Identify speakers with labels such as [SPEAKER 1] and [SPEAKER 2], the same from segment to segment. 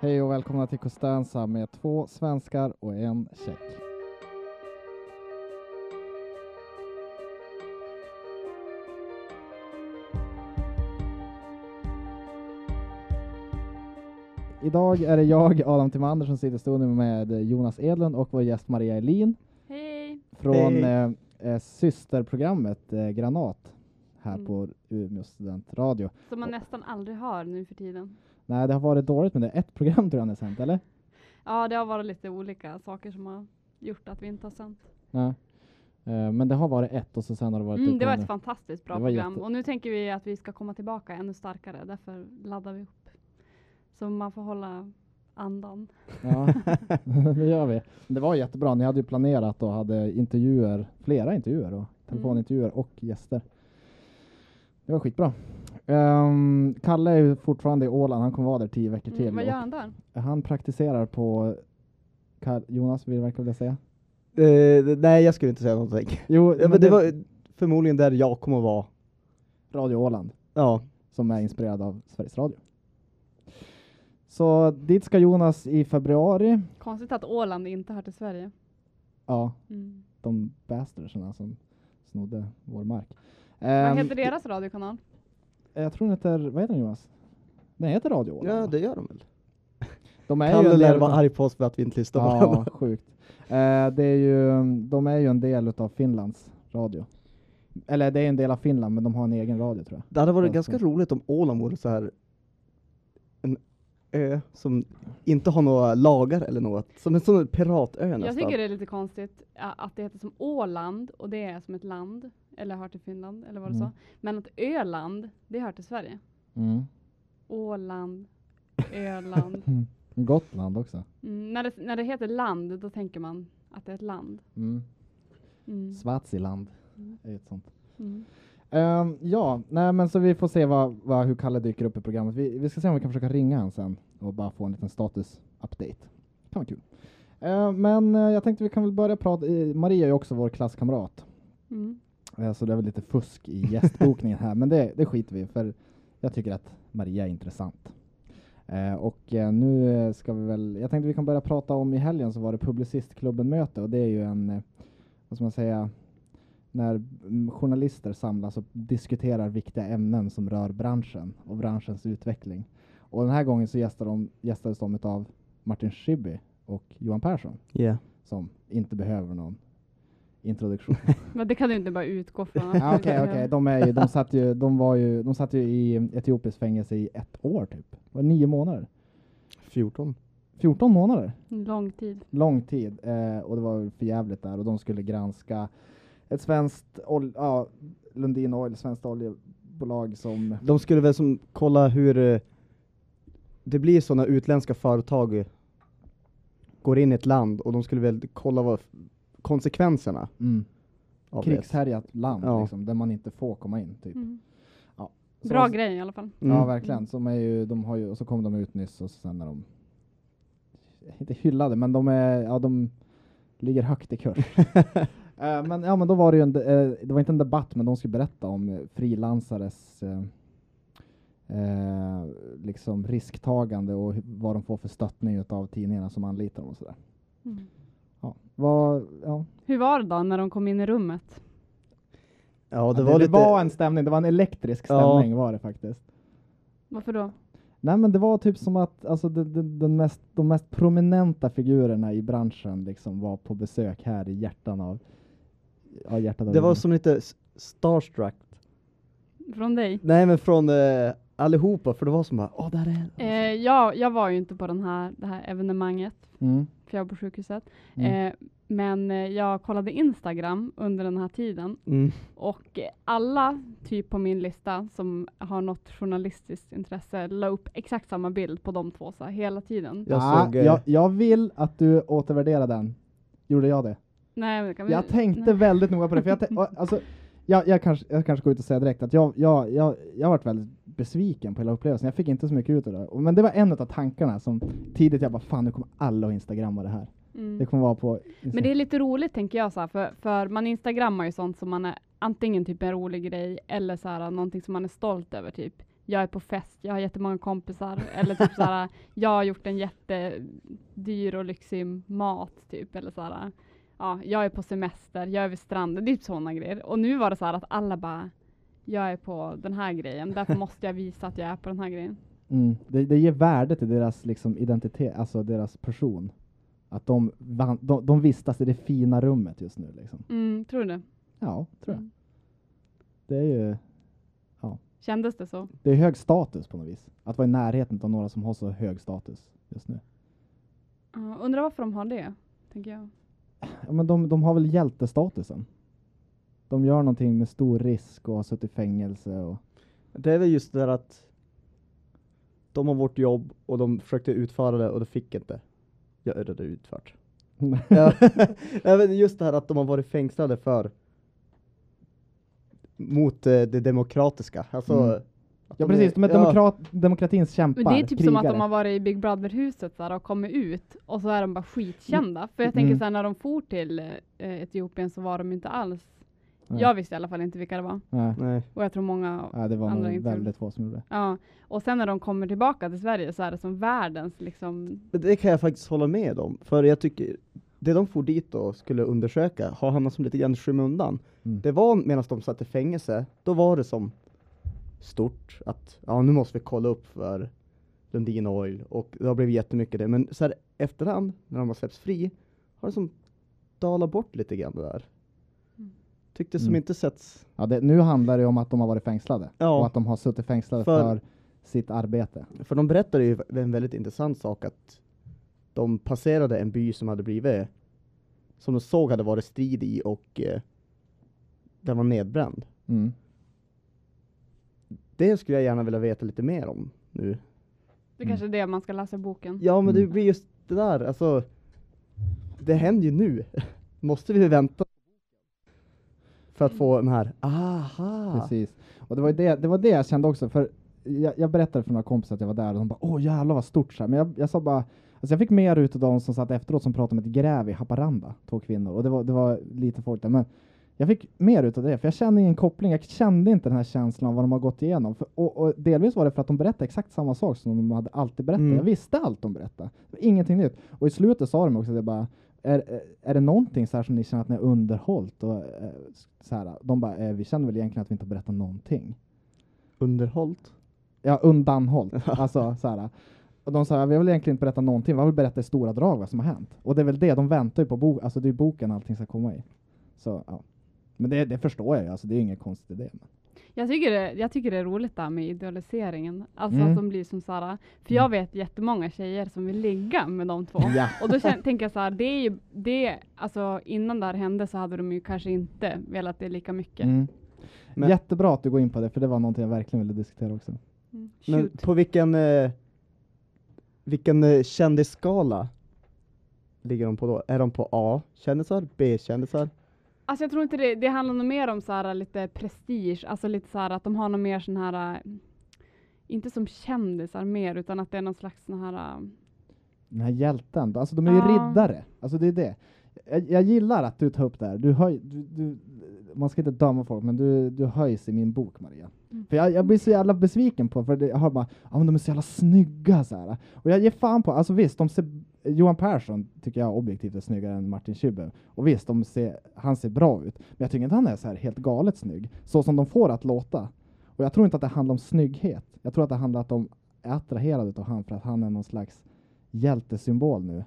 [SPEAKER 1] Hej och välkomna till Costanza med två svenskar och en tjeck. Idag är det jag, Adam Timander, som sitter i studion med Jonas Edlund och vår gäst Maria Elin
[SPEAKER 2] Hej!
[SPEAKER 1] från
[SPEAKER 3] Hej.
[SPEAKER 1] eh, eh, systerprogrammet eh, Granat här
[SPEAKER 2] Mm.
[SPEAKER 1] på Umeå studentradio.
[SPEAKER 2] Som man nästan aldrig har nu för tiden.
[SPEAKER 1] Nej, det har varit dåligt med det. Ett program tror jag ni har sänt, eller?
[SPEAKER 2] Ja, det har varit lite olika saker som har gjort att vi inte har sänt.
[SPEAKER 1] Nej. Eh, men det har varit ett och så sen har det varit
[SPEAKER 2] Mm, det var
[SPEAKER 1] uppehåll
[SPEAKER 2] ett fantastiskt bra
[SPEAKER 1] Det var
[SPEAKER 2] program
[SPEAKER 1] jätte-
[SPEAKER 2] och nu tänker vi att vi ska komma tillbaka ännu starkare. Därför laddar vi upp. Så man får hålla andan.
[SPEAKER 1] nu. Ja, det gör vi. Men det var jättebra. Ni hade ju planerat och hade intervjuer, flera intervjuer
[SPEAKER 2] Mm.
[SPEAKER 1] och telefonintervjuer och gäster. Det var skitbra. Ehm, Kalle är ju fortfarande i Åland. Han kommer vara där tio veckor till.
[SPEAKER 2] Mm, vad
[SPEAKER 1] och
[SPEAKER 2] gör han där?
[SPEAKER 1] han praktiserar på Kar- Jonas, vill du verkligen vilja säga?
[SPEAKER 3] Eh, nej, jag skulle inte säga någonting.
[SPEAKER 1] Jo,
[SPEAKER 3] Ja, men det var förmodligen där jag kommer att vara.
[SPEAKER 1] Radio Åland.
[SPEAKER 3] Ja,
[SPEAKER 1] som är inspirerad av Sveriges Radio. Så dit ska Jonas i februari.
[SPEAKER 2] Konstigt att Åland inte hör till Sverige.
[SPEAKER 1] Ja,
[SPEAKER 2] Mm.
[SPEAKER 1] de bastardsarna som snodde vår mark.
[SPEAKER 2] Vad
[SPEAKER 1] Ehm,
[SPEAKER 2] heter deras radiokanal?
[SPEAKER 1] Jag tror den heter, vad heter den Jonas? Den heter Radio Åland.
[SPEAKER 3] ja
[SPEAKER 1] va?
[SPEAKER 3] det gör de väl.
[SPEAKER 1] de är ju
[SPEAKER 3] Kalle
[SPEAKER 1] en
[SPEAKER 3] lär
[SPEAKER 1] del
[SPEAKER 3] vara
[SPEAKER 1] utav-
[SPEAKER 3] arg på oss för att vi inte lyssnar på
[SPEAKER 1] Ja,
[SPEAKER 3] honom.
[SPEAKER 1] sjukt. Eh, det är ju, de är ju en del av Finlands radio. Eller det är en del av Finland, men de har en egen radio tror jag.
[SPEAKER 3] Det hade varit
[SPEAKER 1] Ja,
[SPEAKER 3] ganska roligt om Åland vore så här en ö som inte har några lagar eller något. Som en sån piratö
[SPEAKER 2] Jag
[SPEAKER 3] nästan.
[SPEAKER 2] tycker det är lite konstigt ja, att det heter som Åland och det är som ett land. Eller hör till Finland eller vad du
[SPEAKER 1] Mm.
[SPEAKER 2] sa. Men att Öland, det hör till Sverige. Åland, Öland.
[SPEAKER 1] Gotland också.
[SPEAKER 2] Mm, när, det, när det heter land, då tänker man att det är ett land.
[SPEAKER 1] Mm.
[SPEAKER 2] Mm.
[SPEAKER 1] Swaziland
[SPEAKER 2] Mm.
[SPEAKER 1] är ett sånt.
[SPEAKER 2] Mm.
[SPEAKER 1] Ehm, ja, nej men så vi får se vad, vad, hur Kalle dyker upp i programmet. Vi, vi ska se om vi kan försöka ringa han sen och bara få en liten status-update. Kan vara kul. Ehm, men eh, jag tänkte vi kan väl börja prata, eh, Maria är ju också vår klasskamrat,
[SPEAKER 2] Mm.
[SPEAKER 1] Eh, så det är väl lite fusk i gästbokningen här, men det, det skiter vi i, för jag tycker att Maria är intressant. Eh, och eh, nu eh, ska vi väl, jag tänkte vi kan börja prata om i helgen så var det Publicistklubben-möte och det är ju en, eh, vad ska man säga, när mm, journalister samlas och diskuterar viktiga ämnen som rör branschen och branschens utveckling. Och den här gången så gästade de, gästades de av Martin Schibbye och Johan Persson
[SPEAKER 3] Yeah.
[SPEAKER 1] som inte behöver någon introduktion.
[SPEAKER 2] Men det kan du inte bara utgå från. att
[SPEAKER 1] Ja,
[SPEAKER 2] du
[SPEAKER 1] Ah, Okej,
[SPEAKER 2] behöver.
[SPEAKER 1] okej. De är ju, de satt ju, de var ju, de satt ju i etiopiskt fängelse i ett år typ. Var det nio månader?
[SPEAKER 3] 14.
[SPEAKER 1] 14 månader?
[SPEAKER 2] En Lång tid.
[SPEAKER 1] Lång tid. Eh, och det var för jävligt där och de skulle granska ett svenskt, ol- ja, Lundin Oil, svenskt oljebolag som...
[SPEAKER 3] De skulle väl som kolla hur eh, det blir så när utländska företag eh, går in i ett land och de skulle väl kolla vad f- konsekvenserna
[SPEAKER 1] Mm,
[SPEAKER 3] av det.
[SPEAKER 1] krigshärjat land
[SPEAKER 3] Ja.
[SPEAKER 1] liksom, där man inte får komma in typ.
[SPEAKER 2] Mm.
[SPEAKER 1] Ja. Så-
[SPEAKER 2] Bra grej i alla fall.
[SPEAKER 3] Mm.
[SPEAKER 1] Ja, verkligen. Så de är ju, de har ju, och så kom de ut nyss och sen är de, inte hyllade, men de, är, ja, de ligger högt i kurs. Eh, men, ja, men då var det ju en, de- eh, det var inte en debatt, men de skulle berätta om eh, frilansares eh, eh, liksom risktagande och hu- vad de får för stöttning av tidningarna som anlitar dem och sådär.
[SPEAKER 2] Mm.
[SPEAKER 1] Ja. Vad, ja.
[SPEAKER 2] Hur var det då när de kom in i rummet?
[SPEAKER 3] Ja,
[SPEAKER 1] Ja,
[SPEAKER 3] det var lite...
[SPEAKER 1] var en stämning, det var en elektrisk
[SPEAKER 3] Ja.
[SPEAKER 1] stämning var det faktiskt.
[SPEAKER 2] Varför då?
[SPEAKER 1] Nej men det var typ som att alltså, det, det, den mest, de mest prominenta figurerna i branschen liksom var på besök här i hjärtan av ja, hjärtat av
[SPEAKER 3] Det var
[SPEAKER 1] Umeå.
[SPEAKER 3] som lite s- starstruck.
[SPEAKER 2] Från dig?
[SPEAKER 3] Nej men från eh, allihopa, för det var som bara åh där är
[SPEAKER 2] Eh, jag, jag var ju inte på den här, det här evenemanget,
[SPEAKER 1] Mm.
[SPEAKER 2] för jag var på sjukhuset.
[SPEAKER 1] Mm.
[SPEAKER 2] Eh, men eh, jag kollade Instagram under den här tiden
[SPEAKER 3] mm.
[SPEAKER 2] Och eh, alla typ på min lista som har något journalistiskt intresse la upp exakt samma bild på de två så här, hela tiden.
[SPEAKER 3] Jag
[SPEAKER 1] Ah,
[SPEAKER 3] såg... Eh,
[SPEAKER 1] jag, jag vill att du återvärderar den. Gjorde jag det?
[SPEAKER 2] Nej, men det kan vi-
[SPEAKER 1] Jag tänkte väldigt noga på det, för jag, tän- och, alltså, jag, jag, kanske, jag kanske går ut och säger direkt att jag, jag, jag, jag har varit väldigt besviken på hela upplevelsen. Jag fick inte så mycket ut av det. Och- Men det var en av tankarna som tidigt jag bara, fan nu kommer alla att instagramma det här. Det
[SPEAKER 2] Mm.
[SPEAKER 1] kommer vara på...
[SPEAKER 2] Men det är lite roligt tänker jag, så här, för, för man instagrammar ju sånt som man är antingen typ en rolig grej eller så här, någonting som man är stolt över. typ. jag är på fest, jag har jättemånga kompisar. Eller typ såhär, jag har gjort en jättedyr och lyxig mat typ. Eller såhär, ja, jag är på semester, jag är vid stranden. Det är typ sådana grejer. Och nu var det såhär att alla bara, jag är på den här grejen, därför måste jag visa att jag är på den här grejen.
[SPEAKER 1] Mm. Det, det ger värde till deras liksom, identitet, alltså deras person. Att de, van, de, de vistas i det fina rummet just nu. Liksom.
[SPEAKER 2] Mm, tror du det?
[SPEAKER 1] Ja, tror jag.
[SPEAKER 2] Mm.
[SPEAKER 1] Det är ju
[SPEAKER 2] Kändes det så?
[SPEAKER 1] det är hög status på något vis. Att vara i närheten av några som har så hög status just nu.
[SPEAKER 2] Ja, undrar varför de har det, tänker jag.
[SPEAKER 1] Ja, men de, de har väl hjältestatusen. De gör någonting med stor risk och har suttit i fängelse. Och,
[SPEAKER 3] Det är väl just det där att de har vårt jobb och de försökte utföra det och de fick inte göra det utfört. Ja. Även just det här att de har varit fängslade för mot eh, det demokratiska. Alltså,
[SPEAKER 1] Mm.
[SPEAKER 3] att
[SPEAKER 1] ja precis, de är demokrat, demokratins
[SPEAKER 2] Men
[SPEAKER 1] kämpar,
[SPEAKER 2] det är typ som att de
[SPEAKER 1] krigare.
[SPEAKER 2] har varit i Big Brother-huset där och kommit ut och så är de bara skitkända. För jag tänker
[SPEAKER 1] Mm.
[SPEAKER 2] så här när de for till eh, Etiopien så var de inte alls.
[SPEAKER 1] Nej.
[SPEAKER 2] Jag visste i alla fall inte vilka det var
[SPEAKER 1] Nej.
[SPEAKER 3] Nej.
[SPEAKER 2] och jag tror många.
[SPEAKER 1] Ja, det var
[SPEAKER 2] Andra
[SPEAKER 1] nog
[SPEAKER 2] inte.
[SPEAKER 1] väldigt få som gjorde det.
[SPEAKER 2] Ja, och sen när de kommer tillbaka till Sverige så är det som världens liksom.
[SPEAKER 3] Men Det kan jag faktiskt hålla med om, för jag tycker det de for dit och skulle undersöka har hamnat som lite grann i skymundan.
[SPEAKER 1] Mm.
[SPEAKER 3] Det var medan de satt i fängelse, då var det som stort att ja, nu måste vi kolla upp för Lundin Oil och det har blivit jättemycket det. Men så här efterhand, när de har släppts fri, har det som dalat bort lite grann det där.
[SPEAKER 2] Mm.
[SPEAKER 3] Tyckte som
[SPEAKER 1] Mm.
[SPEAKER 3] inte setts.
[SPEAKER 1] Ja, det, nu handlar det om att de har varit fängslade
[SPEAKER 3] Ja.
[SPEAKER 1] och att de har suttit fängslade för,
[SPEAKER 3] För-
[SPEAKER 1] sitt arbete.
[SPEAKER 3] För de berättade ju en väldigt intressant sak att de passerade en by som hade blivit, som de såg hade varit strid i och eh, den var nedbränd.
[SPEAKER 1] Mm.
[SPEAKER 3] Det skulle jag gärna vilja veta lite mer om nu.
[SPEAKER 2] Det
[SPEAKER 1] Mm.
[SPEAKER 2] kanske är det man ska läsa i boken.
[SPEAKER 3] Ja men det
[SPEAKER 1] Mm.
[SPEAKER 3] blir just det där, alltså. Det händer ju nu. Måste vi vänta? För att få den här, aha!
[SPEAKER 1] Precis. Och det var, ju det, det var det jag kände också, för jag, jag berättade för några kompisar att jag var där och de bara åh jävlar vad stort så här. Men jag, jag sa bara, alltså jag fick mer ut av de som satt efteråt som pratade om ett gräv i Haparanda, två kvinnor, och det var, det var lite folk där. Men jag fick mer ut av det, för jag kände ingen koppling, jag kände inte den här känslan av vad de har gått igenom. För, och, och delvis var det för att de berättade exakt samma sak som de hade alltid berättat.
[SPEAKER 3] Mm.
[SPEAKER 1] Jag visste allt de berättade. Det var ingenting nytt. Och i slutet sa de också att jag bara, är, är det någonting så här som ni känner att ni har underhållit? Och, eh, så här, de bara, eh, vi känner väl egentligen att vi inte berättar någonting.
[SPEAKER 3] Underhållt.
[SPEAKER 1] Ja, undanhållt. alltså, så här. Och de sa, vi har väl egentligen inte berättat någonting, vi har väl berättat i stora drag vad som har hänt. Och det är väl det, de väntar ju på bo alltså det är boken allting ska komma i. Så, ja. Men det, det förstår jag ju, alltså det är ju ingen konstig idé. Men.
[SPEAKER 2] Jag tycker, det, jag tycker det är roligt där med idealiseringen. Alltså
[SPEAKER 1] Mm.
[SPEAKER 2] att de blir som Sara. För jag vet jättemånga tjejer som vill ligga med de två.
[SPEAKER 1] Ja.
[SPEAKER 2] Och då kän- tänker jag så här, det är ju, det, alltså innan det här hände så hade de ju kanske inte velat det lika mycket.
[SPEAKER 1] Mm.
[SPEAKER 3] Men-
[SPEAKER 1] Jättebra att du går in på det, för det var någonting jag verkligen ville diskutera också.
[SPEAKER 2] Mm.
[SPEAKER 3] Men
[SPEAKER 2] Shoot.
[SPEAKER 3] på vilken, eh, vilken eh, kändisskala ligger de på då? Är de på A kändisar, B kändisar?
[SPEAKER 2] Alltså jag tror inte det, det handlar nog mer om så här lite prestige, alltså lite så här att de har någon mer sån här, äh, inte som kändisar mer, utan att det är någon slags sån här, äh,
[SPEAKER 1] Den här hjälten, alltså de är ju
[SPEAKER 2] Ja.
[SPEAKER 1] riddare. Alltså det är det. Jag, jag gillar att du tar upp det här. Du höj, du, du, man ska inte döma folk, men du, du höjs i min bok, Maria.
[SPEAKER 2] Mm.
[SPEAKER 1] För jag, jag blir så jävla besviken på, för det, jag har bara, ja men de är så jävla snygga så här. Och jag ger fan på, alltså visst, de ser, Johan Persson tycker jag objektivt är snyggare än Martin Schuber. Och visst, de ser, han ser bra ut. Men jag tycker inte han är så här helt galet snygg, så som de får att låta. Och jag tror inte att det handlar om snygghet. Jag tror att det handlar om att de är attraherade utav han för att han är någon slags hjältesymbol nu.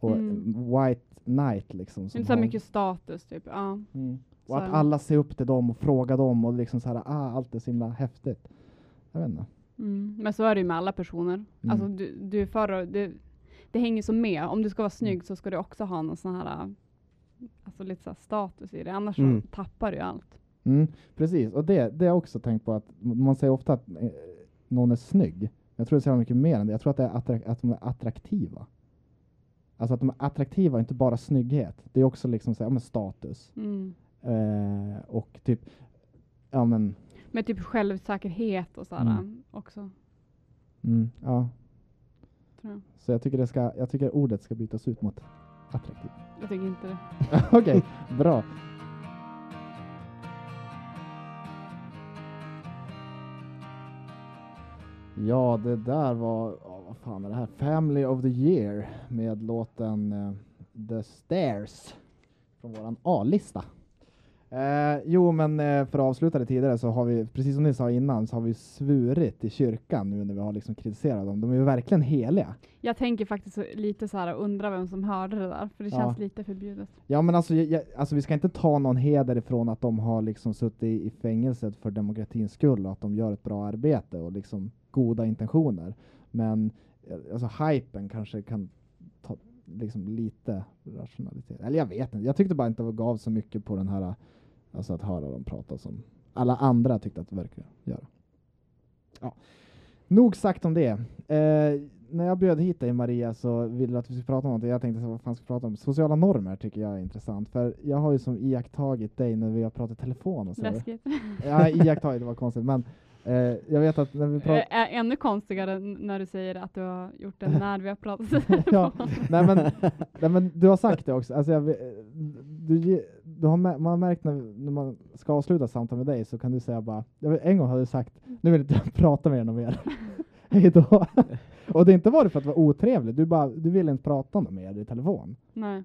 [SPEAKER 1] Och
[SPEAKER 2] Mm.
[SPEAKER 1] white knight liksom. som
[SPEAKER 2] inte så här
[SPEAKER 1] har-
[SPEAKER 2] mycket status typ. Ja.
[SPEAKER 1] Mm.
[SPEAKER 2] så
[SPEAKER 1] Och att
[SPEAKER 2] här.
[SPEAKER 1] alla ser upp till dem och frågar dem och liksom så här, ah, allt är så himla häftigt. Jag vet inte.
[SPEAKER 2] Mm. Men så är det ju med alla personer.
[SPEAKER 1] Mm.
[SPEAKER 2] Alltså du, du är för, det, det hänger så med. Om du ska vara
[SPEAKER 1] Mm.
[SPEAKER 2] snygg så ska du också ha någon sån här, äh, alltså lite så här status i det, annars
[SPEAKER 3] Mm.
[SPEAKER 2] så tappar du ju allt.
[SPEAKER 1] Mm, precis, och det, det har jag också tänkt på att m- man säger ofta att eh, någon är snygg. Jag tror det säger mycket mer än det. Jag tror att, det är attra- att de är attraktiva. Alltså att de är attraktiva, inte bara snygghet. Det är också liksom så här, ja, men status.
[SPEAKER 2] Mm.
[SPEAKER 1] Eh, och typ, ja men,
[SPEAKER 2] Med typ självsäkerhet och sådär
[SPEAKER 1] Mm.
[SPEAKER 2] äh, också.
[SPEAKER 1] mm, ja.
[SPEAKER 2] Tror jag.
[SPEAKER 1] Så jag tycker, det ska, jag tycker ordet ska bytas ut mot attraktiv.
[SPEAKER 2] jag tycker inte det.
[SPEAKER 1] Okej, bra. Ja, det där var, ja, vad fan är det här? Family of the year med låten eh, The Stairs från våran A-lista. Eh, jo, men eh, för att avsluta det tidigare så har vi, precis som ni sa innan, så har vi svurit i kyrkan nu när vi har liksom kritiserat dem. De är ju verkligen heliga.
[SPEAKER 2] Jag tänker faktiskt så- lite så här och undrar vem som hörde det där, för det
[SPEAKER 1] Ja.
[SPEAKER 2] känns lite förbjudet.
[SPEAKER 1] Ja, men alltså, jag, jag, alltså vi ska inte ta någon heder ifrån att de har liksom suttit i i fängelset för demokratins skull och att de gör ett bra arbete och liksom goda intentioner. Men eh, alltså hypen kanske kan ta liksom lite rationalitet. Eller jag vet inte. Jag tyckte bara inte det gav så mycket på den här, alltså att höra dem prata som alla andra tyckte att det verkar göra. Ja. Nog sagt om det. Eh, när jag bjöd hit dig Maria så ville du att vi skulle prata om något. Jag tänkte så, vad fan ska vi prata om? Sociala normer tycker jag är intressant. För jag har ju som iakttagit dig när vi har pratat telefon och så.
[SPEAKER 2] Läskigt.
[SPEAKER 1] Ja, iakttagit, det var konstigt. Men eh, jag vet att när vi pratar...
[SPEAKER 2] Eh, Ä- ännu konstigare n- när du säger att du har gjort det när vi har pratat.
[SPEAKER 1] ja, nej, men, nej men du har sagt det också. Alltså jag, vet- du, ge- du har, mä- man har märkt när, när man ska avsluta ett samtal med dig så kan du säga bara, jag vet, en gång har du sagt, nu vill inte jag prata med er någon mer. Hej då. Och det är inte varit för att vara otrevlig, du, bara, du vill inte prata med er i telefon.
[SPEAKER 2] Nej.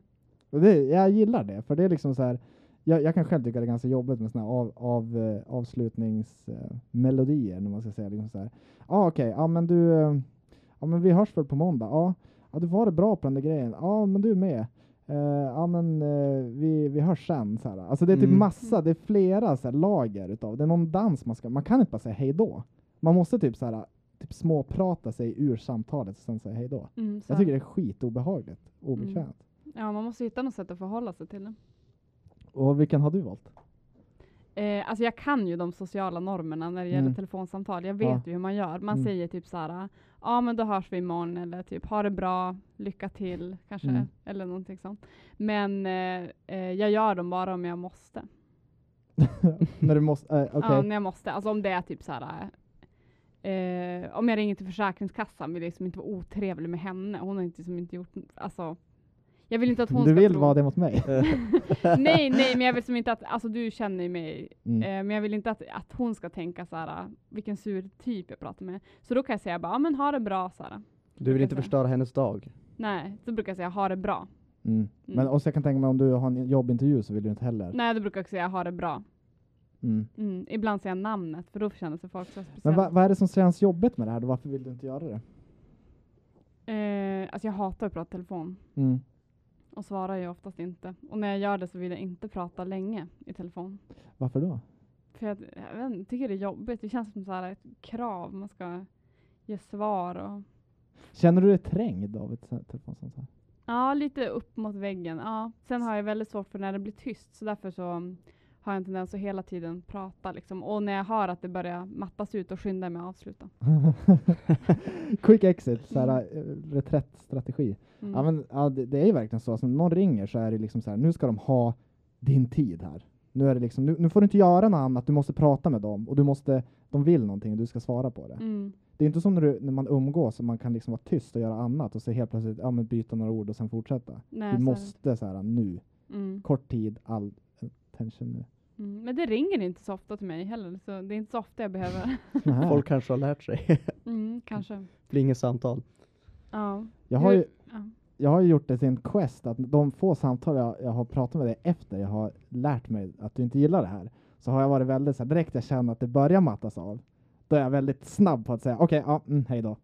[SPEAKER 1] Och det, jag gillar det, för det är liksom så här, jag, jag kan själv tycka det är ganska jobbigt med såna här av, av, eh, avslutningsmelodier, när man ska säga liksom så här. Ja, ah, okej, ja men du, eh, ja men vi hörs väl på måndag? Ja, ja du var det bra på den där grejen? Ja, men du är med. Eh, ja men eh, vi, vi hörs sen. Så här. Alltså det är typ
[SPEAKER 3] Mm.
[SPEAKER 1] massa, det är flera så här, lager utav, det är någon dans man ska, man kan inte bara säga hej då. Man måste typ så här, typ småprata sig ur samtalet och sen säga hej då.
[SPEAKER 2] Mm, så.
[SPEAKER 1] Jag tycker det är skitobehagligt, obekvämt.
[SPEAKER 2] Ja, man måste hitta något sätt att förhålla sig till det.
[SPEAKER 1] Och vilken har du valt?
[SPEAKER 2] Eh, alltså jag kan ju de sociala normerna när det gäller
[SPEAKER 1] Mm.
[SPEAKER 2] telefonsamtal. Jag
[SPEAKER 1] Ja.
[SPEAKER 2] vet ju hur man gör. Man
[SPEAKER 1] Mm.
[SPEAKER 2] säger typ så här, ja ah, men då hörs vi imorgon eller typ ha det bra, lycka till kanske,
[SPEAKER 1] Mm.
[SPEAKER 2] eller någonting sånt. Men eh, eh, jag gör dem bara om jag måste.
[SPEAKER 1] När du måste, eh, okej.
[SPEAKER 2] Ja, när jag måste. Alltså om det är typ så här. Eh, om jag ringer till Försäkringskassan vill jag liksom inte vara otrevlig med henne. Hon har inte, liksom inte gjort... Alltså, jag vill inte att hon
[SPEAKER 1] du
[SPEAKER 2] ska
[SPEAKER 1] vill
[SPEAKER 2] tro...
[SPEAKER 1] vara det mot mig?
[SPEAKER 2] Nej, nej, men jag vill liksom inte att... Alltså du känner ju mig.
[SPEAKER 1] Mm.
[SPEAKER 2] Eh, men jag vill inte att, att hon ska tänka så här, ah, vilken sur typ jag pratar med. Så då kan jag säga bara, ja men ha det bra Sara.
[SPEAKER 3] Du vill inte förstöra hennes dag.
[SPEAKER 2] Nej, då brukar jag säga ha det bra.
[SPEAKER 1] Mm. Men också jag kan tänka mig om du har en jobbintervju så vill du inte heller.
[SPEAKER 2] Nej, då brukar jag också säga ha det bra.
[SPEAKER 1] Mm.
[SPEAKER 2] Mm. Ibland säger jag namnet, för då känner sig folk så
[SPEAKER 1] Men
[SPEAKER 2] speciella.
[SPEAKER 1] va, vad är det som känns jobbigt med det här då? Varför vill du inte göra det?
[SPEAKER 2] eh, alltså jag hatar att prata i telefon.
[SPEAKER 1] Mm.
[SPEAKER 2] och svarar ju oftast inte. Och när jag gör det så vill jag inte prata länge i telefon.
[SPEAKER 1] Varför då?
[SPEAKER 2] För jag, jag vet inte, tycker det är jobbigt. Det känns som så här ett krav. Man ska ge svar och
[SPEAKER 1] Känner du dig trängd av ett sånt- telefonsamtal?
[SPEAKER 2] ja, lite upp mot väggen. Ja. Sen har jag väldigt svårt för när det blir tyst så därför så mm, har jag en tendens att hela tiden prata liksom. Och när jag hör att det börjar mattas ut och skyndar jag mig att avsluta.
[SPEAKER 1] Quick exit, så här, eh, reträttstrategi.
[SPEAKER 2] Mm.
[SPEAKER 1] Ja, men, ja, det, det är ju verkligen så. Alltså, när någon ringer så är det liksom så här, nu ska de ha din tid här. Nu, är det liksom, nu, nu får du inte göra något annat, du måste prata med dem och du måste, de vill någonting och du ska svara på det.
[SPEAKER 2] Mm.
[SPEAKER 1] Det är inte som när, du, när man umgås och man kan liksom vara tyst och göra annat och så helt plötsligt ja, men byta några ord och sen fortsätta.
[SPEAKER 2] Nej, så är
[SPEAKER 1] Du
[SPEAKER 2] det.
[SPEAKER 1] måste så här nu,
[SPEAKER 2] Mm.
[SPEAKER 1] kort tid, all attention nu.
[SPEAKER 2] Mm. Men det ringer inte så ofta till mig heller, så det är inte så ofta jag behöver.
[SPEAKER 1] Nähä.
[SPEAKER 3] Folk kanske har lärt sig.
[SPEAKER 2] Mm, kanske.
[SPEAKER 3] Det blir inget samtal.
[SPEAKER 2] Ja.
[SPEAKER 1] jag, har ju,
[SPEAKER 2] Hur- ja.
[SPEAKER 1] jag har ju gjort det till en quest att de få samtal jag, jag har pratat med dig efter jag har lärt mig att du inte gillar det här så har jag varit väldigt så här, direkt jag känner att det börjar mattas av då är jag väldigt snabb på att säga okej, ja, mm, hej då.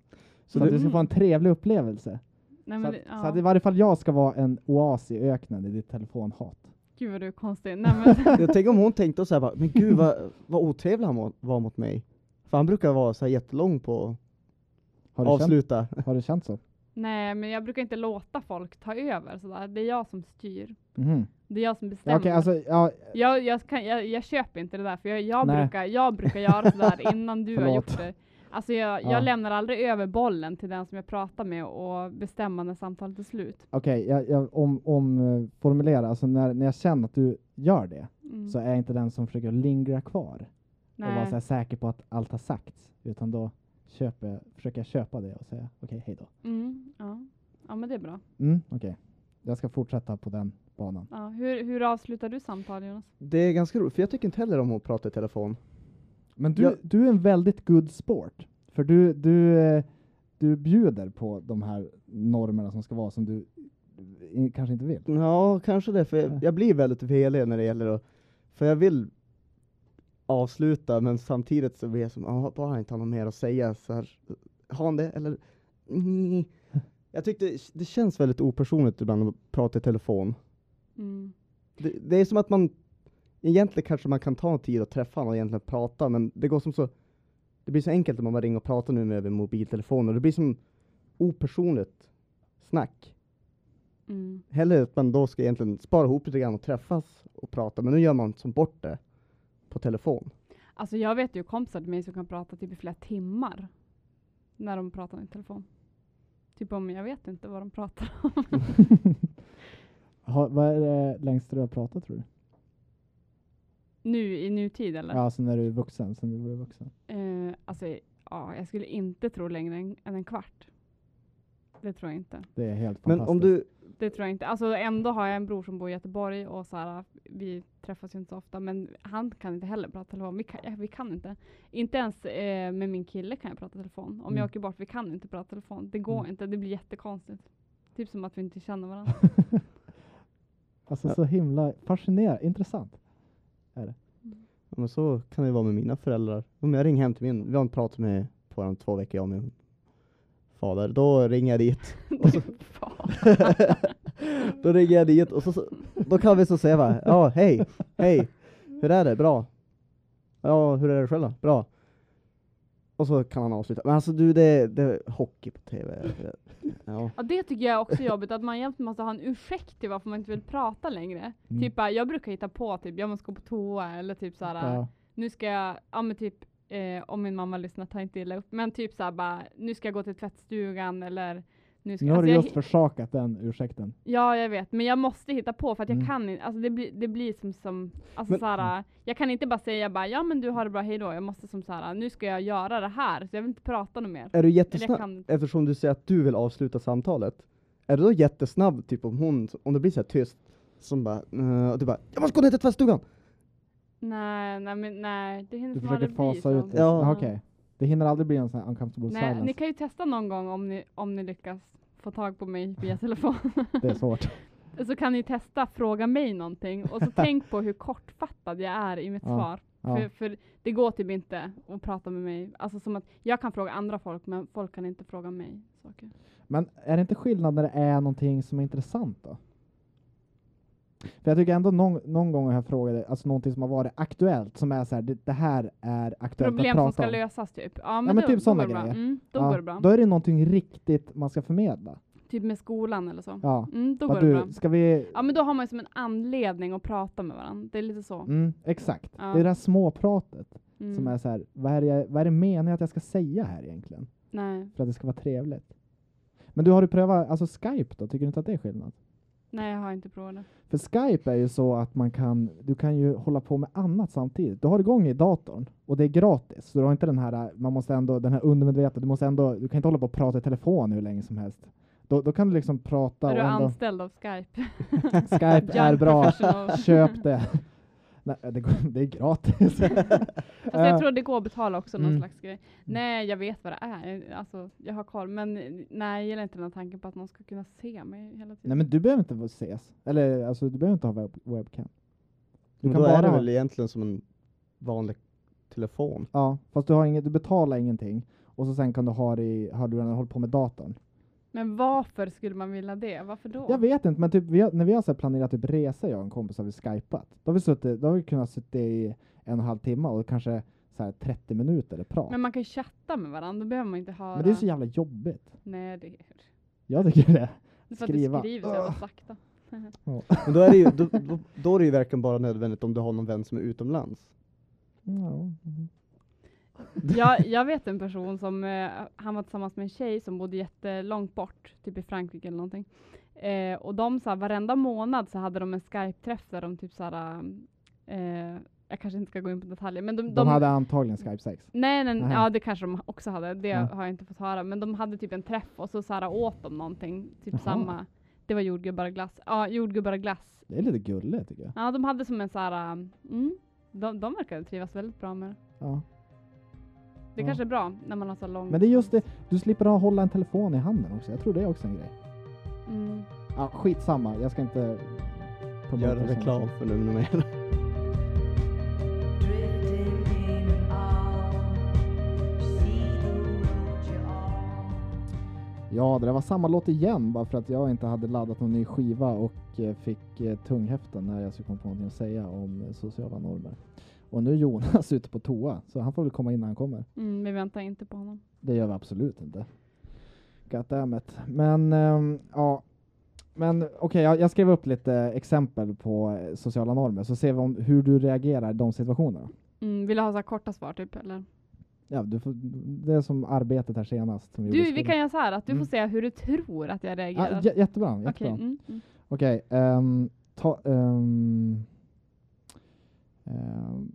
[SPEAKER 1] Så
[SPEAKER 3] Så
[SPEAKER 1] att du ska
[SPEAKER 2] Mm.
[SPEAKER 1] få en trevlig upplevelse.
[SPEAKER 2] Nej, men
[SPEAKER 1] så, att,
[SPEAKER 2] det- ja.
[SPEAKER 1] så att i varje fall jag ska vara en oas i öknen i ditt telefonhat.
[SPEAKER 2] Gud vad du är konstig. Nej, men,
[SPEAKER 3] Jag tänker om hon tänkte så här, bara, men gud vad, vad otrevlig han må- var mot mig. För han brukar vara så här jättelång på
[SPEAKER 1] Har du,
[SPEAKER 3] att
[SPEAKER 1] känt,
[SPEAKER 3] avsluta.
[SPEAKER 1] har du känt så?
[SPEAKER 2] nej, men jag brukar inte låta folk ta över sådär. Det är jag som styr.
[SPEAKER 1] Mhm.
[SPEAKER 2] Det är jag som
[SPEAKER 1] Ja,
[SPEAKER 2] bestämmer.
[SPEAKER 1] Okej, alltså, ja,
[SPEAKER 2] jag, jag, kan, jag, jag köper inte det där, för jag, jag,
[SPEAKER 1] Nej.
[SPEAKER 2] brukar, jag brukar göra sådär innan du har
[SPEAKER 1] Förlåt.
[SPEAKER 2] gjort det. Alltså jag, jag
[SPEAKER 1] Ja.
[SPEAKER 2] lämnar aldrig över bollen till den som jag pratar med och bestämmer när samtalet är slut.
[SPEAKER 1] okej, jag, jag om, om eh, formulera, alltså när, när jag känner att du gör det,
[SPEAKER 2] Mm.
[SPEAKER 1] så är jag inte den som försöker lingra kvar och vara
[SPEAKER 2] Nej.
[SPEAKER 1] så här säker på att allt har sagts, utan då köper, jag- försöker jag köpa det och säga okej, hej då.
[SPEAKER 2] Mm, ja. ja, men det är bra.
[SPEAKER 1] Mm, okej. Jag ska fortsätta på den banan.
[SPEAKER 2] Ja. Hur, hur avslutar du samtal, Jonas?
[SPEAKER 3] Det är ganska roligt, för jag tycker inte heller om att prata i telefon.
[SPEAKER 1] Men du,
[SPEAKER 3] Jag-
[SPEAKER 1] du är en väldigt good sport. För du, du, eh, du bjuder på de här normerna som ska vara som du i- kanske inte vill.
[SPEAKER 3] Ja, kanske det. För
[SPEAKER 1] Ja.
[SPEAKER 3] jag, jag blir väldigt velig när det gäller att... För jag vill avsluta, men samtidigt så blir jag som, ah, bara inte har något mer att säga. Så här, har han det? Eller? Mm. Jag tyckte det känns väldigt opersonligt ibland att prata i telefon.
[SPEAKER 2] Mm.
[SPEAKER 3] Det, det är som att man... Egentligen kanske man kan ta en tid att träffa honom och egentligen prata, men det går som så... Det blir så enkelt när man bara ringer och pratar nu med över mobiltelefon och det blir som opersonligt snack.
[SPEAKER 2] Mm.
[SPEAKER 3] Hellre att man då ska egentligen spara ihop lite grann och träffas och prata, men nu gör man som bort det på telefon.
[SPEAKER 2] Alltså jag vet ju kompisar till mig som kan prata typ i flera timmar när de pratar i telefon. Typ om jag vet inte vad de pratar om.
[SPEAKER 1] ha, vad är det längst du har pratat tror du?
[SPEAKER 2] Nu i nutid eller?
[SPEAKER 1] Ja, alltså när du är vuxen, sen du blev vuxen.
[SPEAKER 2] Eh, alltså ja, jag skulle inte tro längre än, än en kvart. Det tror jag inte.
[SPEAKER 1] Det är helt
[SPEAKER 3] Men
[SPEAKER 1] fantastiskt.
[SPEAKER 3] om du,
[SPEAKER 2] Det tror jag inte. Alltså ändå har jag en bror som bor i Göteborg och så här, vi träffas ju inte så ofta, men han kan inte heller prata telefon. Vi kan, ja, vi kan inte. Inte ens eh, med min kille kan jag prata telefon. Om
[SPEAKER 1] Mm.
[SPEAKER 2] jag åker bort, vi kan inte prata telefon. Det går
[SPEAKER 1] Mm.
[SPEAKER 2] inte, det blir jättekonstigt. Typ som att vi inte känner varandra.
[SPEAKER 1] Alltså så himla fascinerande, intressant.
[SPEAKER 3] ja, men så kan det ju vara med mina föräldrar. Om jag ringer hem till min, vi har en prat med på en två veckor jag och min fader, då ringer jag dit.
[SPEAKER 2] Fan.
[SPEAKER 3] Då ringer jag dit och så, så då kan vi så säga va, ja hej, hej, hur är det, bra? Ja, hur är det själv då? Bra. Och så kan han avsluta, men alltså du det, det är hockey på TV. Ja.
[SPEAKER 2] ja, det tycker jag också är jobbigt, att man egentligen måste ha en ursäkt till varför man inte vill prata längre.
[SPEAKER 1] Mm.
[SPEAKER 2] Typ bara, jag brukar hitta på typ, jag måste gå på toa eller typ så här.
[SPEAKER 1] Ja.
[SPEAKER 2] nu ska jag, ja men typ, eh, om min mamma lyssnar ta inte illa upp, men typ såhär bara, nu ska jag gå till tvättstugan eller nu ska
[SPEAKER 1] Nu har
[SPEAKER 2] alltså
[SPEAKER 1] du
[SPEAKER 2] jag,
[SPEAKER 1] just försakat den ursäkten.
[SPEAKER 2] Ja jag vet, men jag måste hitta på för att jag
[SPEAKER 1] Mm.
[SPEAKER 2] kan inte, alltså det, blir det blir som, som alltså
[SPEAKER 3] Men-
[SPEAKER 2] såhär, jag kan inte bara säga bara, ja men du har det bra, hejdå, jag måste som såhär, nu ska jag göra det här, så jag vill inte prata något mer.
[SPEAKER 3] Är du
[SPEAKER 2] Eller
[SPEAKER 3] jättesnabb?
[SPEAKER 2] jag kan,
[SPEAKER 3] eftersom du säger att du vill avsluta samtalet, är du då jättesnabb, typ om hon, om det blir så här tyst, som bara, eh, och du bara ”Jag måste gå ner till tvättstugan”?
[SPEAKER 2] nej, nej, men nej, det hinner
[SPEAKER 1] Du
[SPEAKER 2] snarare
[SPEAKER 1] försöker
[SPEAKER 2] bli
[SPEAKER 1] fasa
[SPEAKER 2] så.
[SPEAKER 1] ut det.
[SPEAKER 3] Ja.
[SPEAKER 1] Ja. Okej. Det hinner aldrig bli en sån här uncomfortable
[SPEAKER 2] Nej, ni
[SPEAKER 1] silence.
[SPEAKER 2] kan ju testa någon gång om ni, om ni lyckas få tag på mig via telefon.
[SPEAKER 1] Det är svårt.
[SPEAKER 2] så kan ni testa fråga mig någonting och så tänk på hur kortfattad jag är i mitt
[SPEAKER 1] Ja,
[SPEAKER 2] svar. För,
[SPEAKER 1] Ja.
[SPEAKER 2] för det går typ inte att prata med mig. Alltså som att jag kan fråga andra folk men folk kan inte fråga mig saker.
[SPEAKER 1] Men är det inte skillnad när det är någonting som är intressant då? För jag tycker ändå någon, någon gång har jag frågat, alltså någonting som har varit aktuellt, som är så här, det, det här är aktuellt
[SPEAKER 2] Problem
[SPEAKER 1] att
[SPEAKER 2] som
[SPEAKER 1] prata
[SPEAKER 2] ska
[SPEAKER 1] om.
[SPEAKER 2] lösas typ. Ja men,
[SPEAKER 1] men
[SPEAKER 2] då,
[SPEAKER 1] typ
[SPEAKER 2] då
[SPEAKER 1] såna
[SPEAKER 2] går det bra.
[SPEAKER 1] grejer.
[SPEAKER 2] Mm, då
[SPEAKER 1] Ja,
[SPEAKER 2] går det bra.
[SPEAKER 1] Då är det någonting riktigt man ska förmedla.
[SPEAKER 2] Typ med skolan eller så.
[SPEAKER 1] Ja.
[SPEAKER 2] Mm, då
[SPEAKER 1] Vad
[SPEAKER 2] går det bra.
[SPEAKER 1] du, ska vi...
[SPEAKER 2] Ja men då har man ju som en anledning att prata med varandra. Det är lite så.
[SPEAKER 1] Mm, exakt.
[SPEAKER 2] Ja.
[SPEAKER 1] Det är det här småpratet
[SPEAKER 2] Mm.
[SPEAKER 1] som är så här, vad är, det jag, vad är det meningen att jag ska säga här egentligen?
[SPEAKER 2] Nej,
[SPEAKER 1] För att det ska vara trevligt. Men du, har du prövat alltså Skype då? Tycker du inte att det är skillnad?
[SPEAKER 2] nej jag har inte provat det.
[SPEAKER 1] För Skype är ju så att man kan, du kan ju hålla på med annat samtidigt. Du har det igång i datorn och det är gratis. Så du har inte den här, äh, man måste ändå, den här undermedvetna, du måste ändå, du kan inte hålla på och prata i telefon hur länge som helst. Då, då kan du liksom prata
[SPEAKER 2] är
[SPEAKER 1] och
[SPEAKER 2] du
[SPEAKER 1] ändå,
[SPEAKER 2] anställd av Skype?
[SPEAKER 1] Skype är
[SPEAKER 2] Young
[SPEAKER 1] bra,
[SPEAKER 2] professional.
[SPEAKER 1] köp det. Nej, det, går- det är gratis.
[SPEAKER 2] Fast jag
[SPEAKER 1] Eh,
[SPEAKER 2] tror det går att betala också någon
[SPEAKER 1] mm.
[SPEAKER 2] slags grej. Nej, jag vet vad det är. Alltså, jag har koll. Men nej, jag gillar inte den här tanken på att någon ska kunna se mig hela tiden.
[SPEAKER 1] Nej men du behöver inte vara- ses, eller alltså du behöver inte ha web webcam. Du
[SPEAKER 3] Men
[SPEAKER 1] kan
[SPEAKER 3] då är
[SPEAKER 1] bara
[SPEAKER 3] det
[SPEAKER 1] ha-
[SPEAKER 3] väl egentligen som en vanlig telefon.
[SPEAKER 1] Ja, fast du, har inget, du betalar ingenting och så sen kan du ha det i hörlurarna och hålla på med datorn.
[SPEAKER 2] Men varför skulle man vilja det? Varför då?
[SPEAKER 1] Jag vet inte, men typ, vi har, när vi har så här planerat typ resa, jag och en kompis, har vi skypat. Då har vi, suttit, då har vi kunnat sitta i en och en halv timme och kanske så här 30 minuter eller prat.
[SPEAKER 2] Men
[SPEAKER 1] Men,
[SPEAKER 2] man kan ju chatta med varandra, då behöver man inte höra.
[SPEAKER 1] det är så jävla jobbigt.
[SPEAKER 2] Nej, det är
[SPEAKER 1] Jag tycker det.
[SPEAKER 2] det är för att du
[SPEAKER 1] Skriva.
[SPEAKER 2] skriver så jävla sakta.
[SPEAKER 3] Men då är det ju, då, då, då är det ju verkligen bara nödvändigt om du har någon vän som är utomlands.
[SPEAKER 1] Ja.
[SPEAKER 2] Jag, jag vet en person som, eh, han var tillsammans med en tjej som bodde jättelångt bort, typ i Frankrike eller någonting. Eh, och de så här, varenda månad så hade de en Skype-träff där de typ så här, eh, jag kanske inte ska gå in på detaljer, men de,
[SPEAKER 1] De, hade antagligen Skype sex.
[SPEAKER 2] Nej, nej, nej.
[SPEAKER 1] Nähä.
[SPEAKER 2] Ja, det kanske de också hade. Det
[SPEAKER 1] Ja.
[SPEAKER 2] har jag inte fått höra. Men de hade typ en träff och så, så här, åt de någonting. Typ
[SPEAKER 1] Jaha.
[SPEAKER 2] samma. Det var jordgubbar och glass. Ja, jordgubbar och glass.
[SPEAKER 1] Det är lite gulligt tycker jag.
[SPEAKER 2] Ja, de hade som en så här... um, Mm, de, de verkade trivas väldigt bra med det.
[SPEAKER 1] Ja.
[SPEAKER 2] Det
[SPEAKER 1] Ja.
[SPEAKER 2] kanske är bra när man har så lång...
[SPEAKER 1] Men det är just det, du slipper ha hålla en telefon i handen också. Jag tror det är också en grej.
[SPEAKER 2] Mm.
[SPEAKER 1] Ja, skitsamma, jag ska inte... promota
[SPEAKER 3] Göra
[SPEAKER 1] sånt.
[SPEAKER 3] reklam för Luminor mer.
[SPEAKER 4] Drifting in and out, see the road you're on.
[SPEAKER 1] Ja, det där var samma låt igen bara för att jag inte hade laddat någon ny skiva och eh, fick eh, tunghäften när jag skulle komma på någonting att säga om eh, sociala normer. Och nu är Jonas ute på toa, så han får väl komma in när han kommer.
[SPEAKER 2] Mm, vi väntar inte på honom.
[SPEAKER 1] Det gör vi absolut inte. Goddammit. Men ehm, ja, men okej, jag, jag skrev upp lite exempel på eh, sociala normer så ser vi om hur du reagerar i de situationerna.
[SPEAKER 2] Mm, vill du ha så här korta svar typ eller?
[SPEAKER 1] Ja, du får, det är som arbetet här senast. Som
[SPEAKER 2] Du, vi kan göra så här att du
[SPEAKER 1] Mm.
[SPEAKER 2] får säga hur du tror att jag reagerar.
[SPEAKER 1] ja, jä- Jättebra,
[SPEAKER 2] Okej,
[SPEAKER 1] jättebra.
[SPEAKER 2] mm, mm.
[SPEAKER 1] Okej, ehm, ta... ehm, ehm,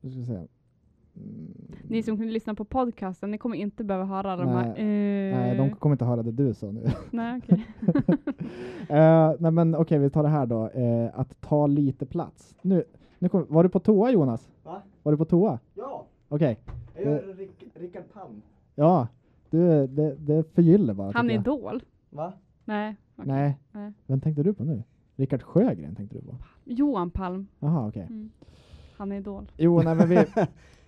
[SPEAKER 1] hur ska jag säga? Mm,
[SPEAKER 2] Ni som lyssnar på podcasten, ni kommer inte behöva höra de
[SPEAKER 1] Nej.
[SPEAKER 2] här... eh,
[SPEAKER 1] Nej, de kommer inte höra det du sa nu.
[SPEAKER 2] nej, okej.
[SPEAKER 1] Eh, nej men okej, vi tar det här då. Eh, att ta lite plats. Nu, nu kom, var du på toa Jonas?
[SPEAKER 3] Va?
[SPEAKER 1] Var du på toa?
[SPEAKER 3] Ja,
[SPEAKER 1] Okej.
[SPEAKER 3] jag
[SPEAKER 1] gör
[SPEAKER 3] Rickard Palm.
[SPEAKER 1] Ja. Du, det, det förgyller bara.
[SPEAKER 2] Han är
[SPEAKER 1] tycker jag.
[SPEAKER 2] idol.
[SPEAKER 3] Va?
[SPEAKER 2] Nej. okej.
[SPEAKER 1] Nej.
[SPEAKER 2] Nej.
[SPEAKER 1] Vem tänkte du på nu? Rickard Sjögren tänkte du på?
[SPEAKER 2] Johan Palm.
[SPEAKER 1] Jaha, okej.
[SPEAKER 2] Mm. Han är idol.
[SPEAKER 1] Jo, nej men vi,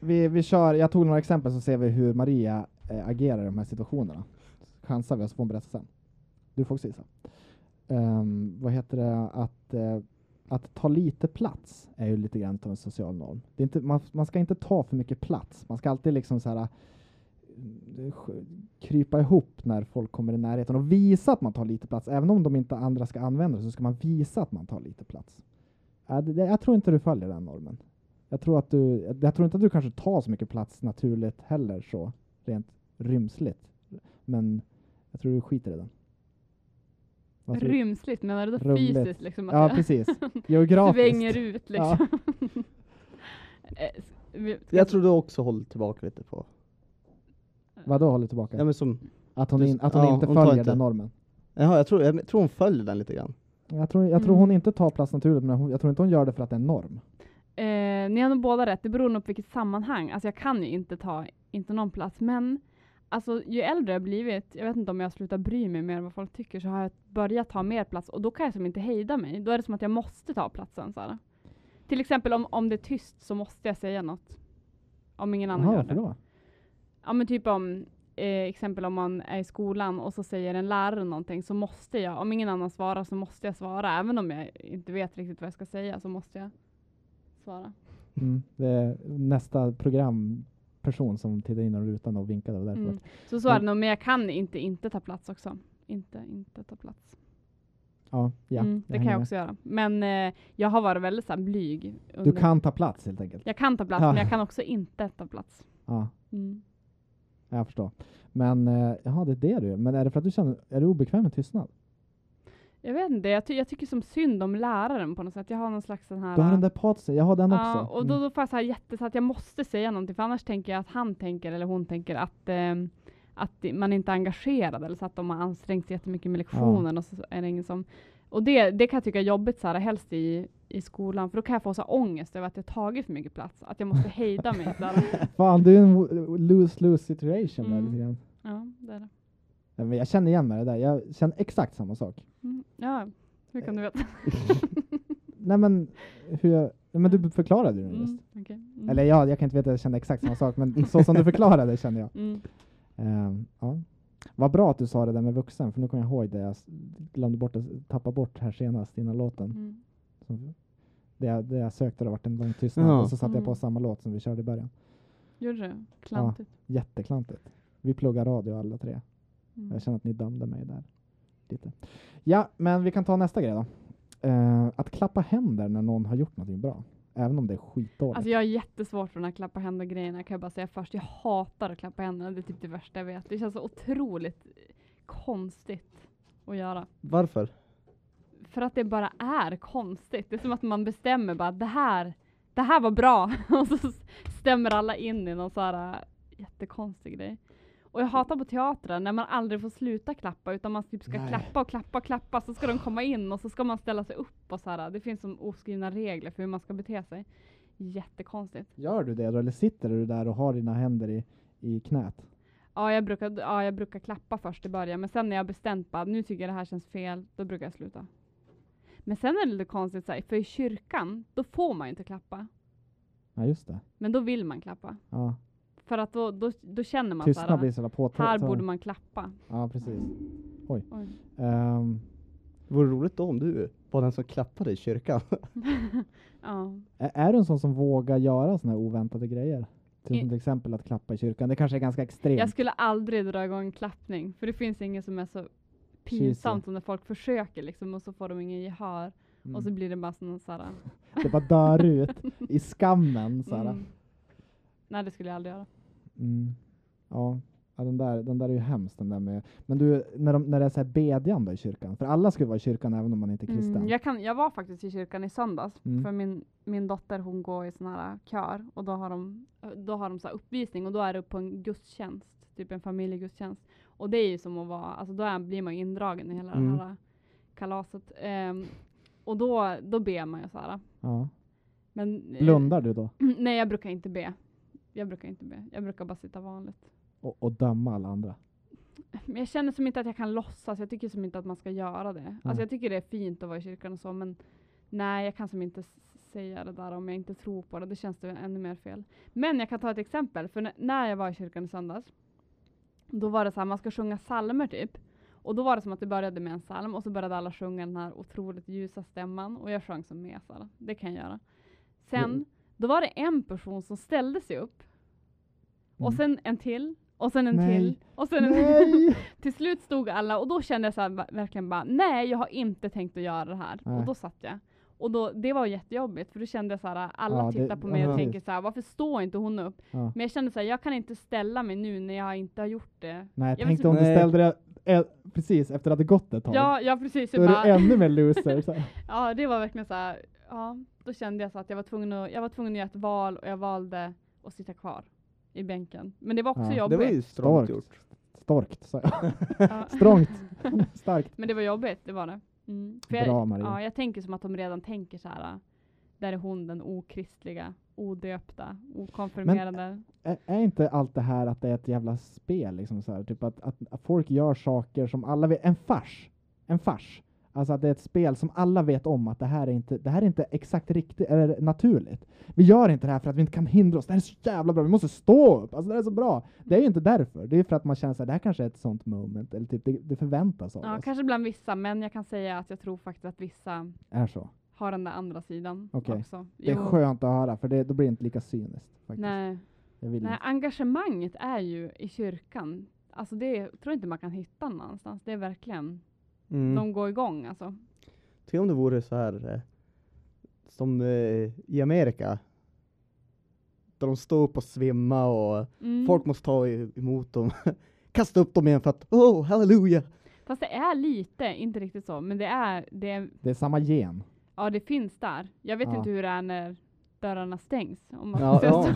[SPEAKER 1] vi, vi kör. Jag tog några exempel så ser vi hur Maria eh, agerar i de här situationerna. Chansar vi och så får hon berätta sen. Du får också gissa. Ehm, vad heter det? Att, eh, att ta lite plats är ju lite grann av en social norm. Det är inte, man, man ska inte ta för mycket plats. Man ska alltid liksom så här eh, sk- krypa ihop när folk kommer i närheten och visa att man tar lite plats. Även om de inte andra ska använda det så ska man visa att man tar lite plats. Ja, det, det- jag tror inte du följer den normen. Jag tror, att du, jag tror inte att du kanske tar så mycket plats naturligt heller så, rent rymsligt. Men jag tror du skiter i den. Vad tror du?
[SPEAKER 2] Rymsligt, menar du då
[SPEAKER 1] Rumligt.
[SPEAKER 2] fysiskt liksom? Att
[SPEAKER 1] Ja,
[SPEAKER 2] jag
[SPEAKER 1] precis.
[SPEAKER 2] svänger
[SPEAKER 1] Geografiskt.
[SPEAKER 2] ut liksom. Eh, s- vi- ska-
[SPEAKER 3] Jag tror du också håller tillbaka lite på.
[SPEAKER 1] Vadå håller tillbaka?
[SPEAKER 3] Ja, men som,
[SPEAKER 1] att hon,
[SPEAKER 3] du-
[SPEAKER 1] in, att hon
[SPEAKER 3] ja,
[SPEAKER 1] inte
[SPEAKER 3] hon tar
[SPEAKER 1] följer
[SPEAKER 3] inte.
[SPEAKER 1] den normen.
[SPEAKER 3] jaha, jag, tror, jag tror hon följer den lite grann.
[SPEAKER 1] Jag tror, jag tror
[SPEAKER 2] Mm.
[SPEAKER 1] hon inte tar plats naturligt, men hon, jag tror inte hon gör det för att det är en norm.
[SPEAKER 2] Eh, ni har nog båda rätt, det beror nog på vilket sammanhang. Alltså jag kan ju inte ta inte någon plats, men alltså, ju äldre jag blivit, jag vet inte om jag slutar bry mig mer vad folk tycker, så har jag börjat ta mer plats och då kan jag som inte hejda mig. Då är det som att jag måste ta platsen. Så här. Till exempel om, om det är tyst så måste jag säga något. Om ingen annan
[SPEAKER 1] Jaha,
[SPEAKER 2] gör
[SPEAKER 1] varför
[SPEAKER 2] det.
[SPEAKER 1] då?
[SPEAKER 2] Ja men typ om, eh, exempel om man är i skolan och så säger en lärare någonting så måste jag, om ingen annan svarar så måste jag svara. Även om jag inte vet riktigt vad jag ska säga så måste jag svara.
[SPEAKER 1] Mm. Det är nästa programperson som tittade in genom rutan och vinkade. Och därför.
[SPEAKER 2] Mm. Så så är det nog, men jag kan inte inte ta plats också. Inte inte ta plats.
[SPEAKER 1] Ja, ja,
[SPEAKER 2] mm, det
[SPEAKER 1] hänger
[SPEAKER 2] kan jag
[SPEAKER 1] med.
[SPEAKER 2] också göra. Men eh, jag har varit väldigt så här, blyg.
[SPEAKER 1] Du
[SPEAKER 2] under-
[SPEAKER 1] kan ta plats helt enkelt.
[SPEAKER 2] Jag kan ta plats,
[SPEAKER 1] Ja.
[SPEAKER 2] men jag kan också inte ta plats.
[SPEAKER 1] Ja.
[SPEAKER 2] Mm.
[SPEAKER 1] Jag förstår. Men eh, jaha, det är det du Men är det för att du känner, är du obekväm med tystnad?
[SPEAKER 2] Jag vet inte, jag, ty- jag tycker som synd om läraren på något sätt. Jag har någon slags sån här...
[SPEAKER 1] Du har den där patsen, jag har den
[SPEAKER 2] Ja,
[SPEAKER 1] också.
[SPEAKER 2] och då,
[SPEAKER 1] Mm.
[SPEAKER 2] då får jag så här jätte, så att jag måste säga någonting, för annars tänker jag att han tänker, eller hon tänker, att, ehm, att det- man inte är engagerad, eller så att de har ansträngt sig jättemycket med lektionen, och så är det ingen som... Och det, det kan jag tycka är jobbigt, så här, helst i, i skolan, för då kan jag få så här ångest över att jag tagit för mycket plats, att jag måste hejda mig. Där.
[SPEAKER 1] Fan, du är en lose-lose situation där
[SPEAKER 2] Mm.
[SPEAKER 1] lite grann.
[SPEAKER 2] Ja, det är det.
[SPEAKER 1] Ja, men jag känner igen mig i det där, jag känner exakt samma sak.
[SPEAKER 2] Mm, ja, hur kan du veta?
[SPEAKER 1] Nej men, hur jag, nej, men du förklarade det nu
[SPEAKER 2] Mm,
[SPEAKER 1] Eh, just.
[SPEAKER 2] okej. mm.
[SPEAKER 1] Eller ja, jag kan inte veta att jag kände exakt samma sak, men så som du förklarade kände jag.
[SPEAKER 2] Mm.
[SPEAKER 1] Ehm, ja. Vad bra att du sa det där med vuxen, för nu kommer jag ihåg det jag s- glömde bort att tappa bort här senast innan låten.
[SPEAKER 2] Mm.
[SPEAKER 1] som, det, jag, det jag sökte det varit en lång tystnad
[SPEAKER 3] Ja.
[SPEAKER 1] och så satte jag på
[SPEAKER 2] Mm.
[SPEAKER 1] samma låt som vi körde i början.
[SPEAKER 2] Gjorde du? Klantigt.
[SPEAKER 1] Jätteklantigt. Vi pluggar radio alla tre.
[SPEAKER 2] Mm.
[SPEAKER 1] Jag känner att ni dömde mig där. Lite. Ja, men vi kan ta nästa grej då. Eh, att klappa händer när någon har gjort någonting bra. Även om det är skitdåligt.
[SPEAKER 2] Alltså jag har jättesvårt för den här klappa händer-grejerna kan jag bara säga först. Jag hatar att klappa händerna, det är typ det värsta jag vet. Det känns så otroligt eh, konstigt att göra.
[SPEAKER 3] Varför?
[SPEAKER 2] För att det bara är konstigt. Det är som att man bestämmer bara det här, det här var bra. Och så s- stämmer alla in i någon så här äh, jättekonstig grej. Och jag hatar på teatrar när man aldrig får sluta klappa utan man typ ska
[SPEAKER 3] Nej.
[SPEAKER 2] klappa och klappa och klappa så ska de komma in och så ska man ställa sig upp och så här. eh, Det finns som oskrivna regler för hur man ska bete sig. Jättekonstigt.
[SPEAKER 1] Gör du det då, eller sitter du där och har dina händer i, i knät?
[SPEAKER 2] Ja jag, brukar, ja, jag brukar klappa först i början, men sen när jag bestämt bara, nu tycker jag det här känns fel, då brukar jag sluta. Men sen är det lite konstigt, så här, för i kyrkan, då får man ju inte klappa.
[SPEAKER 1] Ja, just det.
[SPEAKER 2] Men då vill man klappa.
[SPEAKER 1] Ja.
[SPEAKER 2] För att då, då, då känner man så
[SPEAKER 1] Tystnad
[SPEAKER 2] här,
[SPEAKER 1] blir så jävla påtaglig.
[SPEAKER 2] här borde man klappa.
[SPEAKER 1] Ja, precis. Oj.
[SPEAKER 2] Oj.
[SPEAKER 1] Ehm,
[SPEAKER 3] Det vore roligt då om du var den som klappade i kyrkan.
[SPEAKER 2] Ja.
[SPEAKER 1] Ä- Är du en sån som vågar göra såna här oväntade grejer? Till,
[SPEAKER 2] I-
[SPEAKER 1] till exempel att klappa i kyrkan. Det kanske är ganska extremt.
[SPEAKER 2] Jag skulle aldrig dra igång klappning, för det finns inget som är så pinsamt som när folk försöker liksom, och så får de ingen gehör. Och så
[SPEAKER 1] Mm.
[SPEAKER 2] blir det bara sån så här,
[SPEAKER 1] Det bara dör ut i skammen. Så här.
[SPEAKER 2] mm. Nej, det skulle jag aldrig göra.
[SPEAKER 1] Mm. Ja, ja den, där, den där är ju hemskt. Den där med. Men du, när, de, när det är så här bedjan då i kyrkan. För alla ska ju vara i kyrkan även om man inte är kristen.
[SPEAKER 2] Mm, jag, kan, jag var faktiskt i kyrkan i söndags,
[SPEAKER 1] Mm.
[SPEAKER 2] för min, min dotter hon går i sån här äh, kör och då har de, äh, då har de så här uppvisning och då är det på en gudstjänst, typ en familjegudstjänst. Och det är ju som att vara, alltså då är, blir man ju indragen i hela
[SPEAKER 3] Mm.
[SPEAKER 2] det här äh, kalaset. Ehm, och då, då ber man ju så här. äh.
[SPEAKER 1] Ja.
[SPEAKER 2] Men, eh,
[SPEAKER 1] Blundar du då?
[SPEAKER 2] nej, jag brukar inte be. Jag brukar inte be. Jag brukar bara sitta vanligt.
[SPEAKER 1] Och, och döma alla andra?
[SPEAKER 2] Men jag känner som inte att jag kan låtsas. Jag tycker som inte att man ska göra det.
[SPEAKER 1] Nej.
[SPEAKER 2] Alltså jag tycker det är fint att vara i kyrkan och så, men nej, jag kan som inte s- säga det där om jag inte tror på det. Då känns det ännu mer fel. Men jag kan ta ett exempel. För n- när jag var i kyrkan i söndags, då var det så här, man ska sjunga salmer typ. Och då var det som att det började med en psalm och så började alla sjunga den här otroligt ljusa stämman och jag sjöng som med. Så här. Det kan jag göra. Sen,
[SPEAKER 1] Mm.
[SPEAKER 2] då var det en person som ställde sig upp och
[SPEAKER 1] Mm.
[SPEAKER 2] sen en till och sen en
[SPEAKER 1] Nej.
[SPEAKER 2] till och sen en till.
[SPEAKER 1] Nej!
[SPEAKER 2] Till slut stod alla och då kände jag så här, va- verkligen bara, nej jag har inte tänkt att göra det här.
[SPEAKER 1] Nej.
[SPEAKER 2] Och då satt jag. Och då, det var jättejobbigt för då kände jag så här, alla
[SPEAKER 1] Ja, det-
[SPEAKER 2] tittar på mig och
[SPEAKER 1] ja,
[SPEAKER 2] tänker så här, varför står inte hon upp?
[SPEAKER 1] Ja.
[SPEAKER 2] Men jag kände så här, jag kan inte ställa mig nu när jag inte har gjort det.
[SPEAKER 1] Nej,
[SPEAKER 2] vill
[SPEAKER 1] tänk
[SPEAKER 2] så-
[SPEAKER 1] om du
[SPEAKER 3] Nej.
[SPEAKER 1] ställde dig eh, precis efter att det gått ett tag.
[SPEAKER 2] Ja, ja precis.
[SPEAKER 1] Då
[SPEAKER 2] Jag
[SPEAKER 1] är du
[SPEAKER 2] bara,
[SPEAKER 1] ännu mer loser. Så här.
[SPEAKER 2] ja, det var verkligen så här, ja, då kände jag så att jag var tvungen att, jag var tvungen att göra ett val och jag valde att sitta kvar i bänken. Men det var också
[SPEAKER 1] Ja, det
[SPEAKER 3] Det
[SPEAKER 2] jobbigt.
[SPEAKER 3] var ju strångt gjort.
[SPEAKER 1] Storkt, sa jag.
[SPEAKER 2] Ja.
[SPEAKER 1] Strångt. Starkt.
[SPEAKER 2] Men det var jobbigt, det var det. Mm. För
[SPEAKER 1] Bra,
[SPEAKER 2] jag,
[SPEAKER 1] Maria.
[SPEAKER 2] ja, jag tänker som att de redan tänker så här. äh, Där är hon den okristliga, odöpta, okonfirmerade.
[SPEAKER 1] Ä- Är inte allt det här att det är ett jävla spel? Liksom så här, typ att, att, att folk gör saker som alla vet. En fars. En fars. Alltså att det är ett spel som alla vet om att det här är inte, det här är inte exakt riktigt, eller naturligt. Vi gör inte det här för att vi inte kan hindra oss. Det här är så jävla bra, vi måste stå upp! Alltså det här är så bra! Det är ju inte därför. Det är för att man känner att det här kanske är ett sånt moment, eller typ det, det förväntas av
[SPEAKER 2] Ja,
[SPEAKER 1] oss.
[SPEAKER 2] kanske bland vissa, men jag kan säga att jag tror faktiskt att vissa
[SPEAKER 1] Är så.
[SPEAKER 2] har den där andra sidan
[SPEAKER 1] Okej.
[SPEAKER 2] också.
[SPEAKER 1] Det är
[SPEAKER 2] Jo.
[SPEAKER 1] skönt att höra, för det, då blir det inte lika cyniskt. Faktiskt.
[SPEAKER 2] Nej.
[SPEAKER 1] Jag vill
[SPEAKER 2] Nej,
[SPEAKER 1] inte.
[SPEAKER 2] engagemanget är ju i kyrkan. Alltså det tror jag inte man kan hitta någon annanstans. Det är verkligen,
[SPEAKER 3] Mm.
[SPEAKER 2] de går igång alltså.
[SPEAKER 3] Tänk om det vore så här eh, som eh, i Amerika. Där de står upp och svimmar och
[SPEAKER 2] Mm.
[SPEAKER 3] folk måste ta e- emot dem. Kasta upp dem igen för att oh, halleluja!
[SPEAKER 2] Fast det är lite, inte riktigt så, men det är, det är
[SPEAKER 1] Det är samma gen.
[SPEAKER 2] Ja, det finns där. Jag vet
[SPEAKER 1] Ja.
[SPEAKER 2] inte hur det är när dörrarna stängs. Om man
[SPEAKER 3] Ja,
[SPEAKER 2] ja,
[SPEAKER 3] ja.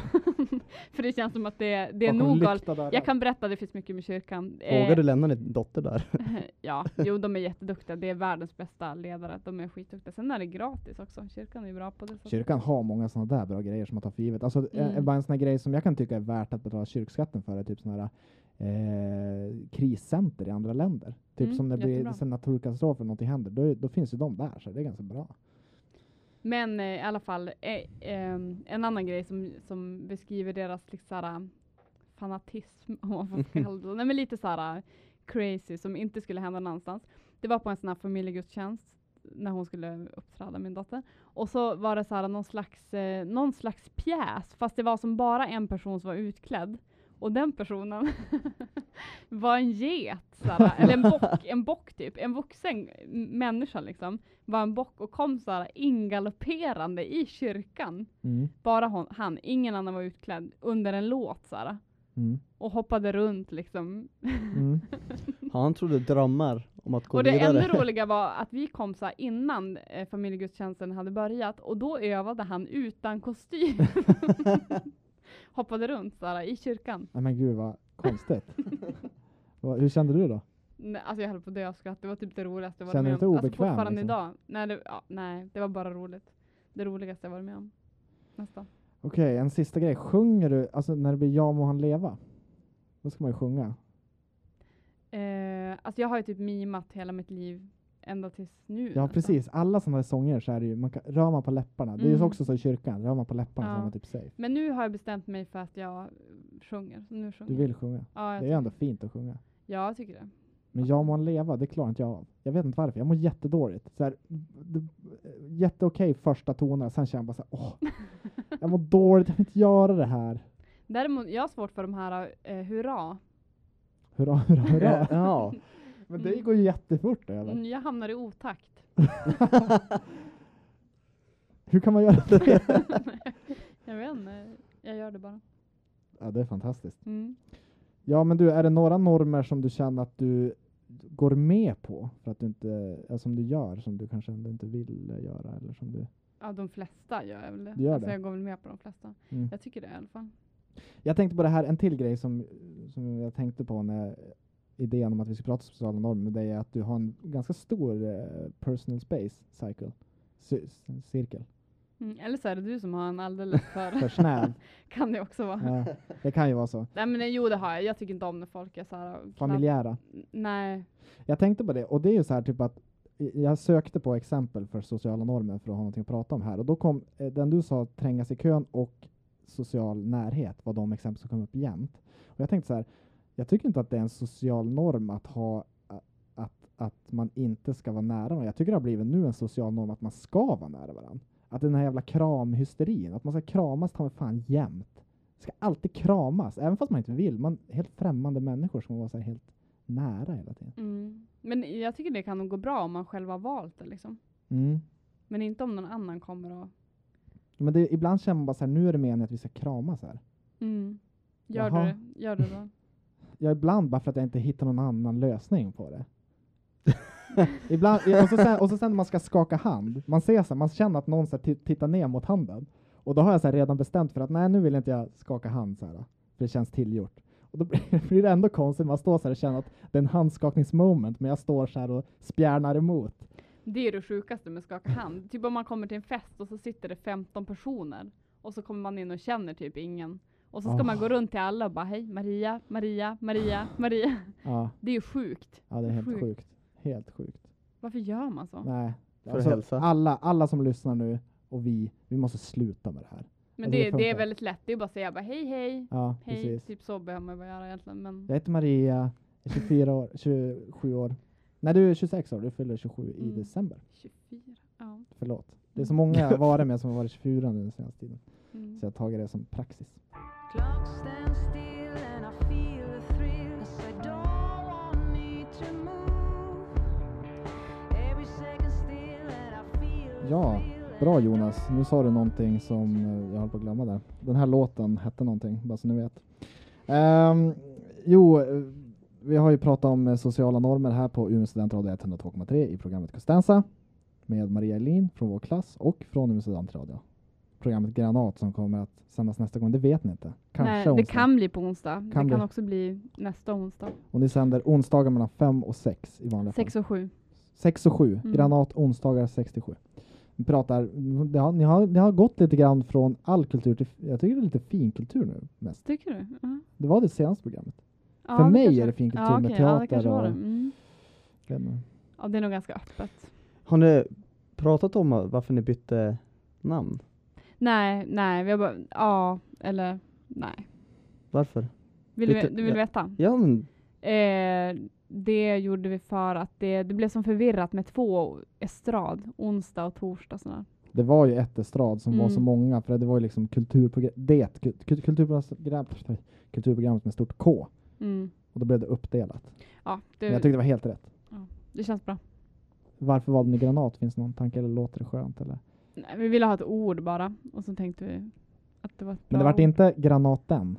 [SPEAKER 2] För det känns som att det, det är
[SPEAKER 1] Bakom
[SPEAKER 2] nog galt.
[SPEAKER 1] lyckta dörrar.
[SPEAKER 2] Jag kan berätta, det finns mycket med kyrkan. Eh,
[SPEAKER 3] Vågar du lämna din dotter där?
[SPEAKER 2] ja, jo, de är jätteduktiga. Det är världens bästa ledare. De är skitduktiga. Sen är det gratis också. Kyrkan är ju bra på det. Så. att-
[SPEAKER 1] Kyrkan har många sådana där bra grejer som man tar för givet. Alltså,
[SPEAKER 2] Mm.
[SPEAKER 1] mm. Bara en sån här grej som jag kan tycka är värt att betala kyrkskatten för är typ sådana här eh, kriscenter i andra länder. Typ
[SPEAKER 2] Mm,
[SPEAKER 1] som när det blir
[SPEAKER 2] jättebra.
[SPEAKER 1] så här naturkatastrofer eller någonting händer, då, är- då finns ju de där, så det är ganska bra.
[SPEAKER 2] Men eh, i alla fall, eh, ehm, en annan grej som, som beskriver deras liksom, såhär, fanatism, om man får kalla det så. Nej, men lite såhär crazy som inte skulle hända någon annanstans. Det var på en sån här familjegudstjänst när hon skulle uppträda, min dotter. Och så var det såhär, någon, slags, eh, någon slags pjäs, fast det var som bara en person som var utklädd. Och den personen var en get, såhär, eller en bock, en bock typ. En vuxen människa liksom var en bock och kom så här ingalopperande i kyrkan.
[SPEAKER 1] Mm.
[SPEAKER 2] Bara hon, han, ingen annan var utklädd, under en låt så här.
[SPEAKER 1] Mm.
[SPEAKER 2] Och hoppade runt liksom.
[SPEAKER 1] Mm.
[SPEAKER 3] Han trodde drömmar om att gå
[SPEAKER 2] och det
[SPEAKER 3] vidare.
[SPEAKER 2] ännu roliga var att vi kom så här innan eh, familjegudstjänsten hade börjat och då övade han utan kostym. hoppade runt så här i kyrkan.
[SPEAKER 1] Nej, men gud vad konstigt. Vad- Hur kände du då?
[SPEAKER 2] Nej, alltså jag höll på att dö av skratt. Det var typ det roligaste jag varit
[SPEAKER 1] Känner
[SPEAKER 2] med
[SPEAKER 1] du
[SPEAKER 2] om.
[SPEAKER 1] inte
[SPEAKER 2] Alltså
[SPEAKER 1] obekväm,
[SPEAKER 2] fortfarande
[SPEAKER 1] liksom?
[SPEAKER 2] idag. Nej det, ja, nej, det var bara roligt. Det roligaste jag varit med om. Nästan.
[SPEAKER 1] Okej, en sista grej. Sjunger du, alltså när det blir Ja må han leva, Då ska man ju sjunga.
[SPEAKER 2] Eh, alltså jag har ju typ mimat hela mitt liv ända tills nu. alltså.
[SPEAKER 1] Ja,
[SPEAKER 2] nästan.
[SPEAKER 1] precis. Alla sådana här sånger så är det ju, man kan, rör man på läpparna. Det är ju
[SPEAKER 2] Mm.
[SPEAKER 1] också så i kyrkan, rör man på läpparna så
[SPEAKER 2] Ja.
[SPEAKER 1] är man typ safe.
[SPEAKER 2] Men nu har jag bestämt mig för att jag eh, sjunger. Så nu sjunger
[SPEAKER 1] Du
[SPEAKER 2] jag.
[SPEAKER 1] vill sjunga.
[SPEAKER 2] Ja, jag,
[SPEAKER 1] Det är ju ändå fint att sjunga.
[SPEAKER 2] ja, jag tycker det.
[SPEAKER 1] Men jag må leva, det klarar inte jag av. Jag vet inte varför, jag mår jättedåligt. Så här, det, jätteokej första tonerna, sen känner jag bara så här, åh, jag mår dåligt, jag vill inte göra det här.
[SPEAKER 2] Däremot, jag har svårt för de här eh, hurra.
[SPEAKER 1] Hurra, hurra, hurra.
[SPEAKER 3] Ja.
[SPEAKER 1] Men det går ju jättefort över.
[SPEAKER 2] Mm, Jag hamnar i otakt.
[SPEAKER 1] Hur kan man göra det?
[SPEAKER 2] Jag vet inte, jag gör det bara.
[SPEAKER 1] Ja, det är fantastiskt.
[SPEAKER 2] Mm.
[SPEAKER 1] Ja, men du, är det några normer som du känner att du går med på för att du inte, ja, som du gör, som du kanske ändå inte vill göra eller som du...
[SPEAKER 2] Ja, de flesta gör jag väl det.
[SPEAKER 1] Du gör
[SPEAKER 2] alltså,
[SPEAKER 1] det?
[SPEAKER 2] Jag går väl med på de flesta.
[SPEAKER 1] Mm.
[SPEAKER 2] Jag tycker det i alla fall.
[SPEAKER 1] Jag tänkte på det här, en till grej som, som jag tänkte på när idén om att vi ska prata sociala normer med dig är att du har en ganska stor eh, personal space cycle, Cy- cirkel,
[SPEAKER 2] Mm. Eller så är det du som har en alldeles för...
[SPEAKER 1] för snäv.
[SPEAKER 2] kan det också vara.
[SPEAKER 1] ja, det kan ju vara så.
[SPEAKER 2] Nej men nej, jo det har jag. Jag tycker inte om när folk är så här... och knappt-
[SPEAKER 1] Familjära.
[SPEAKER 2] Nej.
[SPEAKER 1] Jag tänkte på det, och det är ju så här typ att jag sökte på exempel för sociala normer för att ha någonting att prata om här och då kom eh, den du sa, trängas i kön och social närhet var de exempel som kom upp jämt. Och jag tänkte så här, jag tycker inte att det är en social norm att ha a- att, att man inte ska vara nära varandra. Jag tycker det har blivit nu en social norm att man ska vara nära varandra. Att den här jävla kramhysterin, att man ska kramas ta mig fan jämt. Ska alltid kramas, även fast man inte vill. Man helt främmande människor som vara så här helt nära hela tiden.
[SPEAKER 2] Mm. Men jag tycker det kan nog gå bra om man själv har valt det liksom.
[SPEAKER 1] Mm.
[SPEAKER 2] Men inte om någon annan kommer och...
[SPEAKER 1] Men det, ibland känner man bara så här, nu är det meningen att vi ska kramas här.
[SPEAKER 2] Mm. Gör
[SPEAKER 1] Jaha.
[SPEAKER 2] du det? Gör du det?
[SPEAKER 1] Ja, ibland bara för att jag inte hittar någon annan lösning på det. ibland, och, så sen, och så sen när man ska skaka hand, man ser så här, man känner att någon så här, ti- tittar ner mot handen. Och då har jag så här, redan bestämt för att nej, nu vill inte jag skaka hand så här, för det känns tillgjort. Och då blir- blir det ändå konstigt, man står så här och känner att det är en handskakningsmoment, men jag står så här och spjärnar emot.
[SPEAKER 2] Det är det sjukaste med skaka hand. Typ om man kommer till en fest och så sitter det 15 personer och så kommer man in och känner typ ingen. Och så ska
[SPEAKER 1] Ah.
[SPEAKER 2] man gå runt till alla och bara hej Maria, Maria, Maria, Maria.
[SPEAKER 1] Ja,
[SPEAKER 2] Det är ju sjukt.
[SPEAKER 1] ja det är helt
[SPEAKER 2] Sjukt.
[SPEAKER 1] sjukt. Helt sjukt.
[SPEAKER 2] Varför gör man så?
[SPEAKER 1] Nej. Alltså,
[SPEAKER 3] För att hälsa.
[SPEAKER 1] Alla, alla som lyssnar nu och vi, vi måste sluta med det här.
[SPEAKER 2] Men
[SPEAKER 1] Alltså,
[SPEAKER 2] det,
[SPEAKER 1] det
[SPEAKER 2] det, är
[SPEAKER 1] funkar.
[SPEAKER 2] väldigt lätt. Det är bara att säga bara hej hej.
[SPEAKER 1] Ja,
[SPEAKER 2] Hej,
[SPEAKER 1] precis.
[SPEAKER 2] typ så behöver man bara göra egentligen. Men
[SPEAKER 1] Jag heter Maria, är 24 år, 27 år. Nej, du är 26 år, du fyller 27 i
[SPEAKER 2] Mm.
[SPEAKER 1] december.
[SPEAKER 2] 24, ja.
[SPEAKER 1] Förlåt. Det är så många jag har varit med som har varit 24 nu den senaste tiden,
[SPEAKER 2] Mm.
[SPEAKER 1] så jag har tagit det som praxis.
[SPEAKER 4] Clock stands still and I feel a thrill. Yes, I don't want need to move. Every second still and I feel a
[SPEAKER 1] Ja,
[SPEAKER 4] thrill
[SPEAKER 1] Bra
[SPEAKER 4] and I
[SPEAKER 1] Jonas, nu sa du någonting som eh, jag höll på att glömma där. Den här låten hette någonting, bara så ni vet. Ehm, jo, eh, vi har ju pratat om eh, sociala normer här på Umeå studentradio 102,3 i programmet Costanza med Maria Elin från vår klass och från Umeå studentradio. Programmet Granat som kommer att sändas nästa gång, det vet ni inte. Kanske
[SPEAKER 2] Nej, det
[SPEAKER 1] onsdag.
[SPEAKER 2] kan bli på onsdag. det kan
[SPEAKER 1] bli.
[SPEAKER 2] också bli nästa onsdag.
[SPEAKER 1] Och ni sänder onsdagar mellan 5 och 6 i vanliga fall.
[SPEAKER 2] 6 och 7.
[SPEAKER 1] 6 och 7.
[SPEAKER 2] Mm.
[SPEAKER 1] Granat onsdagar 67. Vi pratar, det har, ni, har, ni har gått lite grann från all kultur till, jag tycker det är lite finkultur nu mest.
[SPEAKER 2] Tycker du? Ja.
[SPEAKER 1] Det var det senaste programmet.
[SPEAKER 2] Ja,
[SPEAKER 1] För
[SPEAKER 2] det
[SPEAKER 1] mig
[SPEAKER 2] kanske-
[SPEAKER 1] är det finkultur
[SPEAKER 2] ja,
[SPEAKER 1] med
[SPEAKER 2] okej, ja, det
[SPEAKER 1] teater
[SPEAKER 2] kanske var
[SPEAKER 1] och-
[SPEAKER 2] det. Mm.
[SPEAKER 1] Jag vet inte.
[SPEAKER 2] Ja, det är nog ganska öppet.
[SPEAKER 3] Har ni pratat om varför ni bytte namn?
[SPEAKER 2] Nej, nej, vi har bara, ja, eller nej.
[SPEAKER 3] Varför?
[SPEAKER 2] Vill du,
[SPEAKER 3] Lite-
[SPEAKER 2] du vill veta?
[SPEAKER 3] Ja men,
[SPEAKER 2] Eh, det gjorde vi för att det, det blev som förvirrat med två estrad, onsdag och torsdag. Sådär.
[SPEAKER 1] Det var ju ett estrad som var så
[SPEAKER 2] Mm.
[SPEAKER 1] många, för det var ju liksom kulturprogram, det, kul- kul- kulturprogram, kulturprogrammet med stort K.
[SPEAKER 2] Mm.
[SPEAKER 1] Och då blev det uppdelat.
[SPEAKER 2] Ja,
[SPEAKER 1] Men jag
[SPEAKER 2] det,
[SPEAKER 1] tyckte det var helt rätt.
[SPEAKER 2] det känns bra.
[SPEAKER 1] Varför valde ni granat? Finns det någon tanke eller låter det skönt? Eller?
[SPEAKER 2] Nej, vi ville ha ett ord bara och så tänkte vi att det var ett bra
[SPEAKER 1] Men det vart
[SPEAKER 2] ord.
[SPEAKER 1] inte granaten?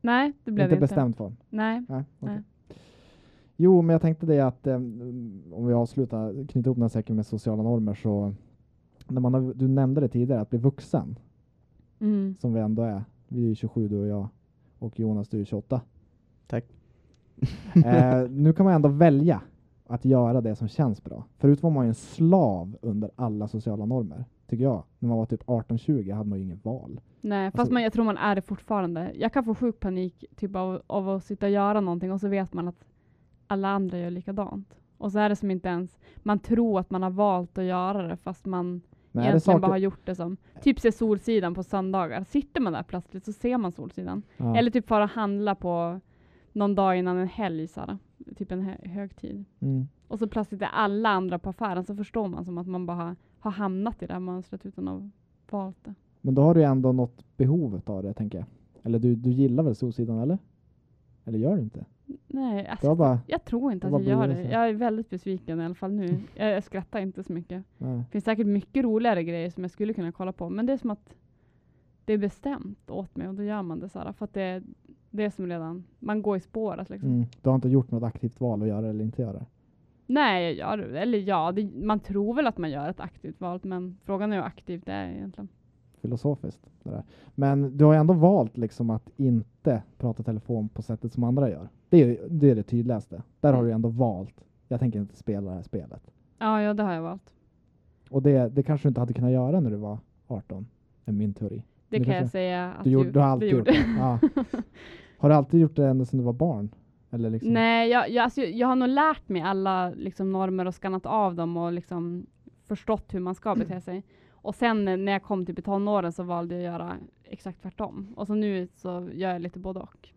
[SPEAKER 2] Nej, det blev
[SPEAKER 1] inte
[SPEAKER 2] det inte.
[SPEAKER 1] bestämd form?
[SPEAKER 2] Nej.
[SPEAKER 1] Nej, okej.
[SPEAKER 2] Nej.
[SPEAKER 1] Jo, men jag tänkte det att eh, om vi avslutar, knyta ihop den här säcken med sociala normer så när man har, du nämnde det tidigare, att bli vuxen,
[SPEAKER 2] Mm.
[SPEAKER 1] som vi ändå är. Vi är ju 27 du och jag och Jonas du är 28.
[SPEAKER 3] Tack.
[SPEAKER 1] eh, nu kan man ändå välja. Eh, att göra det som känns bra. Förut var man ju en slav under alla sociala normer, tycker jag. När man var typ 18-20 hade man ju inget val.
[SPEAKER 2] Nej, fast
[SPEAKER 1] Alltså-
[SPEAKER 2] man, jag tror man är det fortfarande. Jag kan få sjuk panik typ av, av att sitta och göra någonting och så vet man att alla andra gör likadant. Och så är det som inte ens, man tror att man har valt att göra det fast man
[SPEAKER 1] Men är det
[SPEAKER 2] egentligen
[SPEAKER 1] saker...
[SPEAKER 2] bara har gjort det som, typ se Solsidan på söndagar. Sitter man där plötsligt så ser man Solsidan.
[SPEAKER 1] Ja.
[SPEAKER 2] Eller typ fara och handla på någon dag innan en helg, så här, typ en hö- högtid.
[SPEAKER 1] Mm.
[SPEAKER 2] Och så plötsligt är alla andra på affären så förstår man som att man bara har, har hamnat i det här mönstret utan att ha valt det.
[SPEAKER 1] Men då har du ju ändå något behov av det, tänker jag. Eller du, du gillar väl Solsidan, eller? Eller gör du inte?
[SPEAKER 2] Nej, alltså
[SPEAKER 1] Det var bara...
[SPEAKER 2] Jag tror inte
[SPEAKER 1] Och
[SPEAKER 2] att
[SPEAKER 1] vad
[SPEAKER 2] jag gör
[SPEAKER 1] blir det
[SPEAKER 2] det.
[SPEAKER 1] sen?
[SPEAKER 2] Jag är väldigt besviken i alla fall nu. Jag, jag skrattar inte så mycket.
[SPEAKER 1] Nej.
[SPEAKER 2] Det finns säkert mycket roligare grejer som jag skulle kunna kolla på, men det är som att det är bestämt åt mig och då gör man det så här, för att det är det som redan, man går i spåret liksom.
[SPEAKER 1] Mm. Du har inte gjort något aktivt val att göra eller inte göra?
[SPEAKER 2] Nej, jag gör det. Eller ja, det, man tror väl att man gör ett aktivt val, men frågan är hur aktivt det är egentligen.
[SPEAKER 1] Filosofiskt. Det där. Men du har ju ändå valt liksom att inte prata telefon på sättet som andra gör. Det är ju- det, är det tydligaste. Där har du ju ändå valt. Jag tänker inte spela det här spelet.
[SPEAKER 2] Ja, ja, det har jag valt.
[SPEAKER 1] Och det, det kanske du inte hade kunnat göra när du var 18, är min teori.
[SPEAKER 2] Det
[SPEAKER 1] Men
[SPEAKER 2] kan
[SPEAKER 1] det
[SPEAKER 2] jag
[SPEAKER 1] kanske-
[SPEAKER 2] säga att
[SPEAKER 1] Du, gjorde, du har alltid
[SPEAKER 2] det
[SPEAKER 1] gjort det. Ja. Har du alltid gjort det ända sedan du var barn? Eller liksom?
[SPEAKER 2] Nej, jag, jag, alltså, jag har nog lärt mig alla liksom, normer och skannat av dem och liksom, förstått hur man ska bete sig. Och sen eh, när jag kom till tonåren så valde jag att göra exakt tvärtom. Och så nu så gör jag lite både och.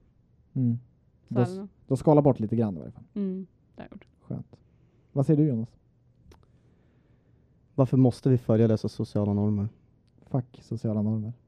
[SPEAKER 1] Mm.
[SPEAKER 2] Så
[SPEAKER 1] Då,
[SPEAKER 2] är
[SPEAKER 1] s-
[SPEAKER 2] det nog.
[SPEAKER 1] då skala bort lite grann i varje fall.
[SPEAKER 2] mm, det har jag gjort.
[SPEAKER 1] Skönt. Vad säger du Jonas?
[SPEAKER 3] Varför måste vi följa dessa sociala normer?
[SPEAKER 1] Fuck sociala normer.